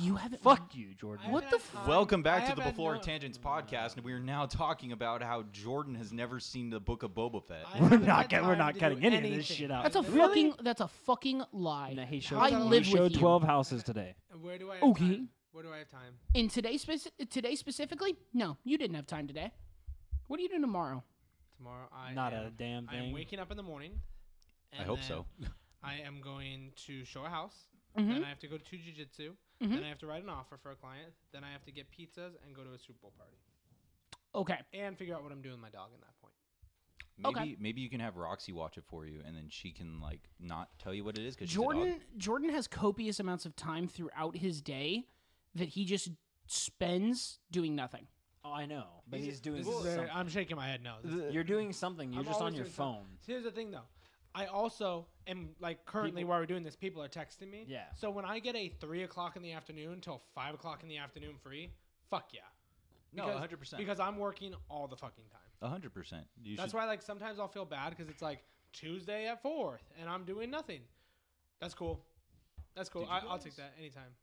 [SPEAKER 4] You haven't.
[SPEAKER 2] Ah, Fuck you,
[SPEAKER 5] I
[SPEAKER 2] Jordan.
[SPEAKER 5] haven't
[SPEAKER 4] What
[SPEAKER 5] had
[SPEAKER 4] the f-
[SPEAKER 5] time.
[SPEAKER 3] Welcome
[SPEAKER 5] I
[SPEAKER 3] back to
[SPEAKER 5] have
[SPEAKER 3] the
[SPEAKER 5] had
[SPEAKER 3] Before
[SPEAKER 5] no-
[SPEAKER 3] Tangents podcast, and we're now talking about how Jordan has never seen the Book of Boba Fett.
[SPEAKER 5] I
[SPEAKER 2] We're
[SPEAKER 5] haven't
[SPEAKER 2] not
[SPEAKER 5] had
[SPEAKER 2] get- we're
[SPEAKER 5] time
[SPEAKER 2] not
[SPEAKER 5] to do
[SPEAKER 2] cutting any of this
[SPEAKER 5] anything.
[SPEAKER 2] shit out.
[SPEAKER 4] That's a
[SPEAKER 2] Really?
[SPEAKER 4] fucking. That's a fucking lie.
[SPEAKER 2] No, he showed,
[SPEAKER 4] I live
[SPEAKER 2] he showed
[SPEAKER 4] with you.
[SPEAKER 2] 12 houses today.
[SPEAKER 5] Where do I have
[SPEAKER 4] Okay.
[SPEAKER 5] time? Where do I have time?
[SPEAKER 4] In today's speci- today specifically, no, you didn't have time today. What are you doing tomorrow?
[SPEAKER 5] Tomorrow I
[SPEAKER 2] Not
[SPEAKER 5] am,
[SPEAKER 2] a damn
[SPEAKER 5] I am
[SPEAKER 2] thing.
[SPEAKER 5] waking up in the morning.
[SPEAKER 3] I
[SPEAKER 5] and
[SPEAKER 3] hope
[SPEAKER 5] then
[SPEAKER 3] so.
[SPEAKER 5] (laughs) I am going to show a house. Then
[SPEAKER 4] Mhm.
[SPEAKER 5] I have to go to jujitsu. Then I have to write an offer for a client. Then I have to get pizzas and go to a Super Bowl party
[SPEAKER 4] Okay,
[SPEAKER 5] and figure out what I'm doing with my dog in that point.
[SPEAKER 3] Maybe
[SPEAKER 4] Okay.
[SPEAKER 3] maybe you can have Roxy watch it for you, and then she can like not tell you what it is because
[SPEAKER 4] Jordan. Jordan has copious amounts of time throughout his day that he just spends doing nothing.
[SPEAKER 2] Oh, I know, but he's, doing
[SPEAKER 5] This is very-
[SPEAKER 2] something.
[SPEAKER 5] I'm shaking my head no. This is-
[SPEAKER 2] You're doing something. You're
[SPEAKER 5] I'm
[SPEAKER 2] just on
[SPEAKER 5] always
[SPEAKER 2] your
[SPEAKER 5] doing something.
[SPEAKER 2] phone.
[SPEAKER 5] So here's the thing though. I also am like currently
[SPEAKER 2] People-
[SPEAKER 5] while we're doing this, people are texting me.
[SPEAKER 2] Yeah.
[SPEAKER 5] So when I get a three o'clock in the afternoon till five o'clock in the afternoon free, fuck yeah.
[SPEAKER 3] No,
[SPEAKER 5] Because-
[SPEAKER 3] 100%.
[SPEAKER 5] Because I'm working all the fucking time.
[SPEAKER 3] hundred percent. You
[SPEAKER 5] That's
[SPEAKER 3] should,
[SPEAKER 5] why, like, sometimes I'll feel bad because it's like Tuesday at fourth, and I'm doing nothing. That's cool. That's cool.
[SPEAKER 3] Did you
[SPEAKER 5] I, I'll take
[SPEAKER 3] guys-
[SPEAKER 5] that anytime.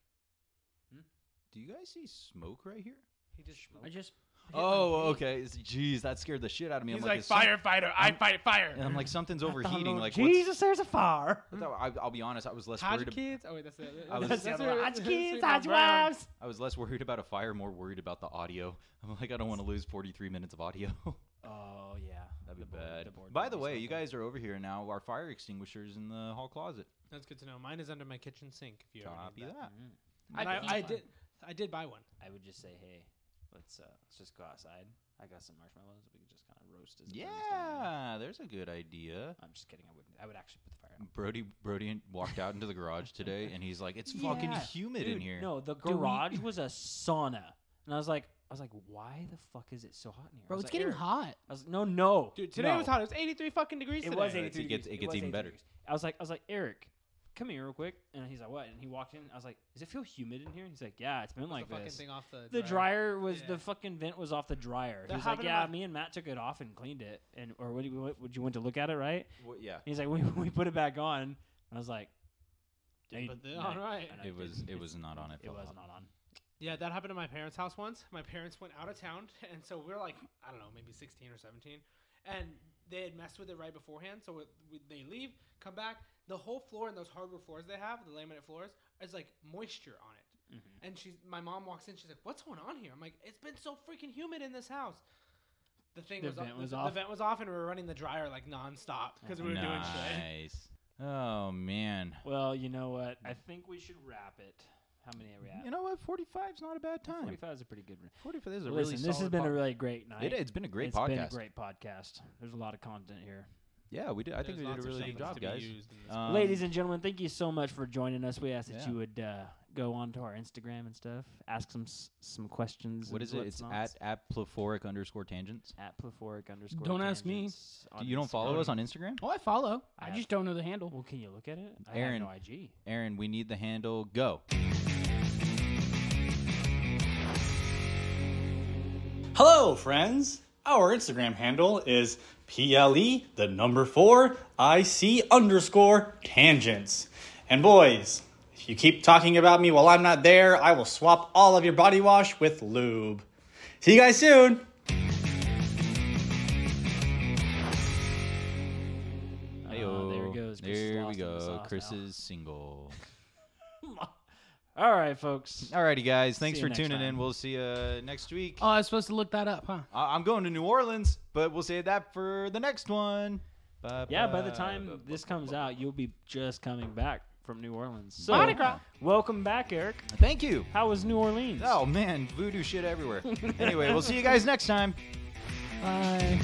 [SPEAKER 3] Do you guys see smoke right here?
[SPEAKER 5] He just
[SPEAKER 4] I just
[SPEAKER 3] Oh, okay. It's- Jeez, that scared the shit out of me.
[SPEAKER 5] he's
[SPEAKER 3] I'm
[SPEAKER 5] like,
[SPEAKER 3] is some-
[SPEAKER 5] firefighter. I fight fire.
[SPEAKER 3] And I'm like, something's overheating. Like, what's,
[SPEAKER 2] Jesus, there's a fire.
[SPEAKER 3] I thought- (laughs) I, I'll be honest. I was less
[SPEAKER 5] Hodge
[SPEAKER 3] worried. ab-
[SPEAKER 5] kids. Oh wait, that's it.
[SPEAKER 3] I was-
[SPEAKER 2] (laughs)
[SPEAKER 5] (laughs) That's
[SPEAKER 3] That's
[SPEAKER 5] it.
[SPEAKER 2] the
[SPEAKER 5] That's
[SPEAKER 2] Hodge
[SPEAKER 5] it.
[SPEAKER 2] kids,
[SPEAKER 5] Sweet
[SPEAKER 2] Hodge
[SPEAKER 5] Brown.
[SPEAKER 2] wives.
[SPEAKER 3] I was less worried about a fire, more worried about the audio. (laughs) I'm like, I don't want to lose 43 minutes of audio. (laughs)
[SPEAKER 2] Oh yeah,
[SPEAKER 3] That'd be
[SPEAKER 2] The board-
[SPEAKER 3] bad.
[SPEAKER 2] board
[SPEAKER 3] By the
[SPEAKER 2] game's
[SPEAKER 3] way,
[SPEAKER 2] not
[SPEAKER 3] you
[SPEAKER 2] bad.
[SPEAKER 3] guys are over here now. Our fire extinguishers in the hall closet.
[SPEAKER 5] That's good to know. Mine is under my kitchen sink. If you ever
[SPEAKER 3] Copy
[SPEAKER 5] need that.
[SPEAKER 3] that.
[SPEAKER 2] Mm.
[SPEAKER 5] And I,
[SPEAKER 4] keep
[SPEAKER 5] I
[SPEAKER 4] mine.
[SPEAKER 5] did. I did buy one.
[SPEAKER 2] I would just say, hey, let's uh, let's just go outside. I got some marshmallows. We could just kind of roast as. it burns down here."
[SPEAKER 3] Yeah, there's a good idea.
[SPEAKER 2] I'm just kidding. I wouldn't. I would actually put the fire out.
[SPEAKER 3] Brody Brody walked out into the garage today, and he's like,
[SPEAKER 2] (laughs)
[SPEAKER 3] "It's fucking
[SPEAKER 2] Yeah.
[SPEAKER 3] humid in
[SPEAKER 2] Dude,
[SPEAKER 3] here."
[SPEAKER 2] No, the
[SPEAKER 4] we-
[SPEAKER 2] garage was a sauna, and I was like, I was like, why the fuck is it so hot in here? I
[SPEAKER 4] bro,
[SPEAKER 2] was
[SPEAKER 4] it's
[SPEAKER 2] like,
[SPEAKER 4] getting
[SPEAKER 2] "Eric,"
[SPEAKER 4] hot.
[SPEAKER 2] I was like, no, no,
[SPEAKER 5] Dude, today
[SPEAKER 2] no.
[SPEAKER 5] was hot. It was 83 fucking degrees
[SPEAKER 2] It
[SPEAKER 5] today.
[SPEAKER 2] was
[SPEAKER 3] It
[SPEAKER 2] 83
[SPEAKER 3] gets-
[SPEAKER 2] degrees.
[SPEAKER 3] it gets
[SPEAKER 2] was
[SPEAKER 3] even
[SPEAKER 2] 83
[SPEAKER 3] better.
[SPEAKER 2] degrees. I was like, I was like, Eric, come here real quick. And he's like, what? And he walked in. I was like, does it feel humid in here? And he's like, yeah, it's been
[SPEAKER 5] Took
[SPEAKER 2] like
[SPEAKER 5] the fucking
[SPEAKER 2] this.
[SPEAKER 5] thing off the,
[SPEAKER 2] The dryer was
[SPEAKER 5] Yeah.
[SPEAKER 2] the fucking vent was off the dryer.
[SPEAKER 5] That
[SPEAKER 2] He was like,
[SPEAKER 5] happened to
[SPEAKER 2] yeah,
[SPEAKER 5] my-
[SPEAKER 2] me and Matt took it off and cleaned it, and or what? do you- What you went to look at it, right?
[SPEAKER 3] Well, yeah,
[SPEAKER 2] And he's like, we, we put it back on. And I was like,
[SPEAKER 5] Didn't
[SPEAKER 2] "Hey,
[SPEAKER 5] put that
[SPEAKER 2] no,
[SPEAKER 5] on, right."
[SPEAKER 2] I know
[SPEAKER 3] it
[SPEAKER 2] you
[SPEAKER 3] was
[SPEAKER 2] didn't.
[SPEAKER 3] it was not on. It,
[SPEAKER 2] It
[SPEAKER 3] fell
[SPEAKER 2] was
[SPEAKER 3] off.
[SPEAKER 2] not on.
[SPEAKER 5] Yeah, that happened at my parents' house once. My parents went out of town, (laughs) and so we are like, I don't know, maybe 16 or 17, and they had messed with it right beforehand. So it, we, they leave, come back, the whole floor and those hardwood floors they have, the laminate floors, is like moisture on it.
[SPEAKER 2] Mm-hmm.
[SPEAKER 5] And she's, my mom walks in, she's like, "What's going on here?" I'm like, "It's been so freaking humid in this house." The thing
[SPEAKER 2] The
[SPEAKER 5] was,
[SPEAKER 2] vent
[SPEAKER 5] off,
[SPEAKER 2] was
[SPEAKER 5] the,
[SPEAKER 2] off?
[SPEAKER 5] vent was off, and we were running the dryer like nonstop because we were doing shit.
[SPEAKER 3] nice. Oh man.
[SPEAKER 2] Well, you know what?
[SPEAKER 5] Mm.
[SPEAKER 2] I think we should wrap it. How many are we at?
[SPEAKER 3] You know what? 45 is not a bad time. 45,
[SPEAKER 2] 45 is a pretty good. Re-
[SPEAKER 3] is a
[SPEAKER 2] Listen,
[SPEAKER 3] really
[SPEAKER 2] this has
[SPEAKER 3] solid
[SPEAKER 2] been a
[SPEAKER 3] pod-
[SPEAKER 2] really great night.
[SPEAKER 3] It, has been a great
[SPEAKER 2] It's
[SPEAKER 3] podcast.
[SPEAKER 2] been a great podcast. There's a lot of content here.
[SPEAKER 3] Yeah, we did. I think
[SPEAKER 5] There's
[SPEAKER 3] we did a
[SPEAKER 5] lots of
[SPEAKER 3] really good
[SPEAKER 5] things to
[SPEAKER 3] job,
[SPEAKER 5] be
[SPEAKER 3] guys.
[SPEAKER 5] used in this
[SPEAKER 3] Um,
[SPEAKER 2] Ladies and gentlemen, thank you so much for joining us. We ask that
[SPEAKER 3] Yeah.
[SPEAKER 2] you would uh, go on to our Instagram and stuff, ask some s- some questions.
[SPEAKER 3] what
[SPEAKER 2] and
[SPEAKER 3] is it? It's at
[SPEAKER 2] whatnots.
[SPEAKER 3] at plephoric underscore tangents.
[SPEAKER 2] at plephoric underscore.
[SPEAKER 4] Don't ask me.
[SPEAKER 2] tangents on
[SPEAKER 3] you don't follow
[SPEAKER 2] Instagram.
[SPEAKER 3] us on Instagram,
[SPEAKER 4] Oh, I follow.
[SPEAKER 2] I
[SPEAKER 4] I,
[SPEAKER 2] have-
[SPEAKER 4] just don't know the handle.
[SPEAKER 2] Well, can you look at it?
[SPEAKER 3] Aaron.
[SPEAKER 2] I have no IG.
[SPEAKER 3] Aaron? We need the handle. Go.
[SPEAKER 2] Ah,
[SPEAKER 6] Hello, friends. Our Instagram handle is PLE, the number four, IC underscore tangents. And boys, if you keep talking about me while I'm not there, I will swap all of your body wash with lube. See you guys soon.
[SPEAKER 2] Uh, there it goes. Chris is
[SPEAKER 3] there we
[SPEAKER 2] lost in the
[SPEAKER 3] go.
[SPEAKER 2] sauce
[SPEAKER 3] Chris
[SPEAKER 2] now.
[SPEAKER 3] is single.
[SPEAKER 2] All right, folks.
[SPEAKER 3] Alrighty, guys. Thanks
[SPEAKER 2] See you
[SPEAKER 3] for
[SPEAKER 2] next
[SPEAKER 3] tuning in.
[SPEAKER 2] time.
[SPEAKER 3] We'll see you next week.
[SPEAKER 4] Oh, I was supposed to look that up, huh?
[SPEAKER 3] I- I'm going to New Orleans, but we'll save that for the next one. Bye
[SPEAKER 2] Yeah, by
[SPEAKER 3] bye,
[SPEAKER 2] the
[SPEAKER 3] bye
[SPEAKER 2] time
[SPEAKER 3] bye.
[SPEAKER 2] this comes out, you'll be just coming back from New Orleans. So,
[SPEAKER 4] Mardi Gras.
[SPEAKER 2] welcome back, Eric.
[SPEAKER 3] Thank you.
[SPEAKER 2] How was New Orleans? (laughs)
[SPEAKER 3] Oh man, voodoo shit everywhere. anyway, we'll see you guys next time.
[SPEAKER 4] Bye.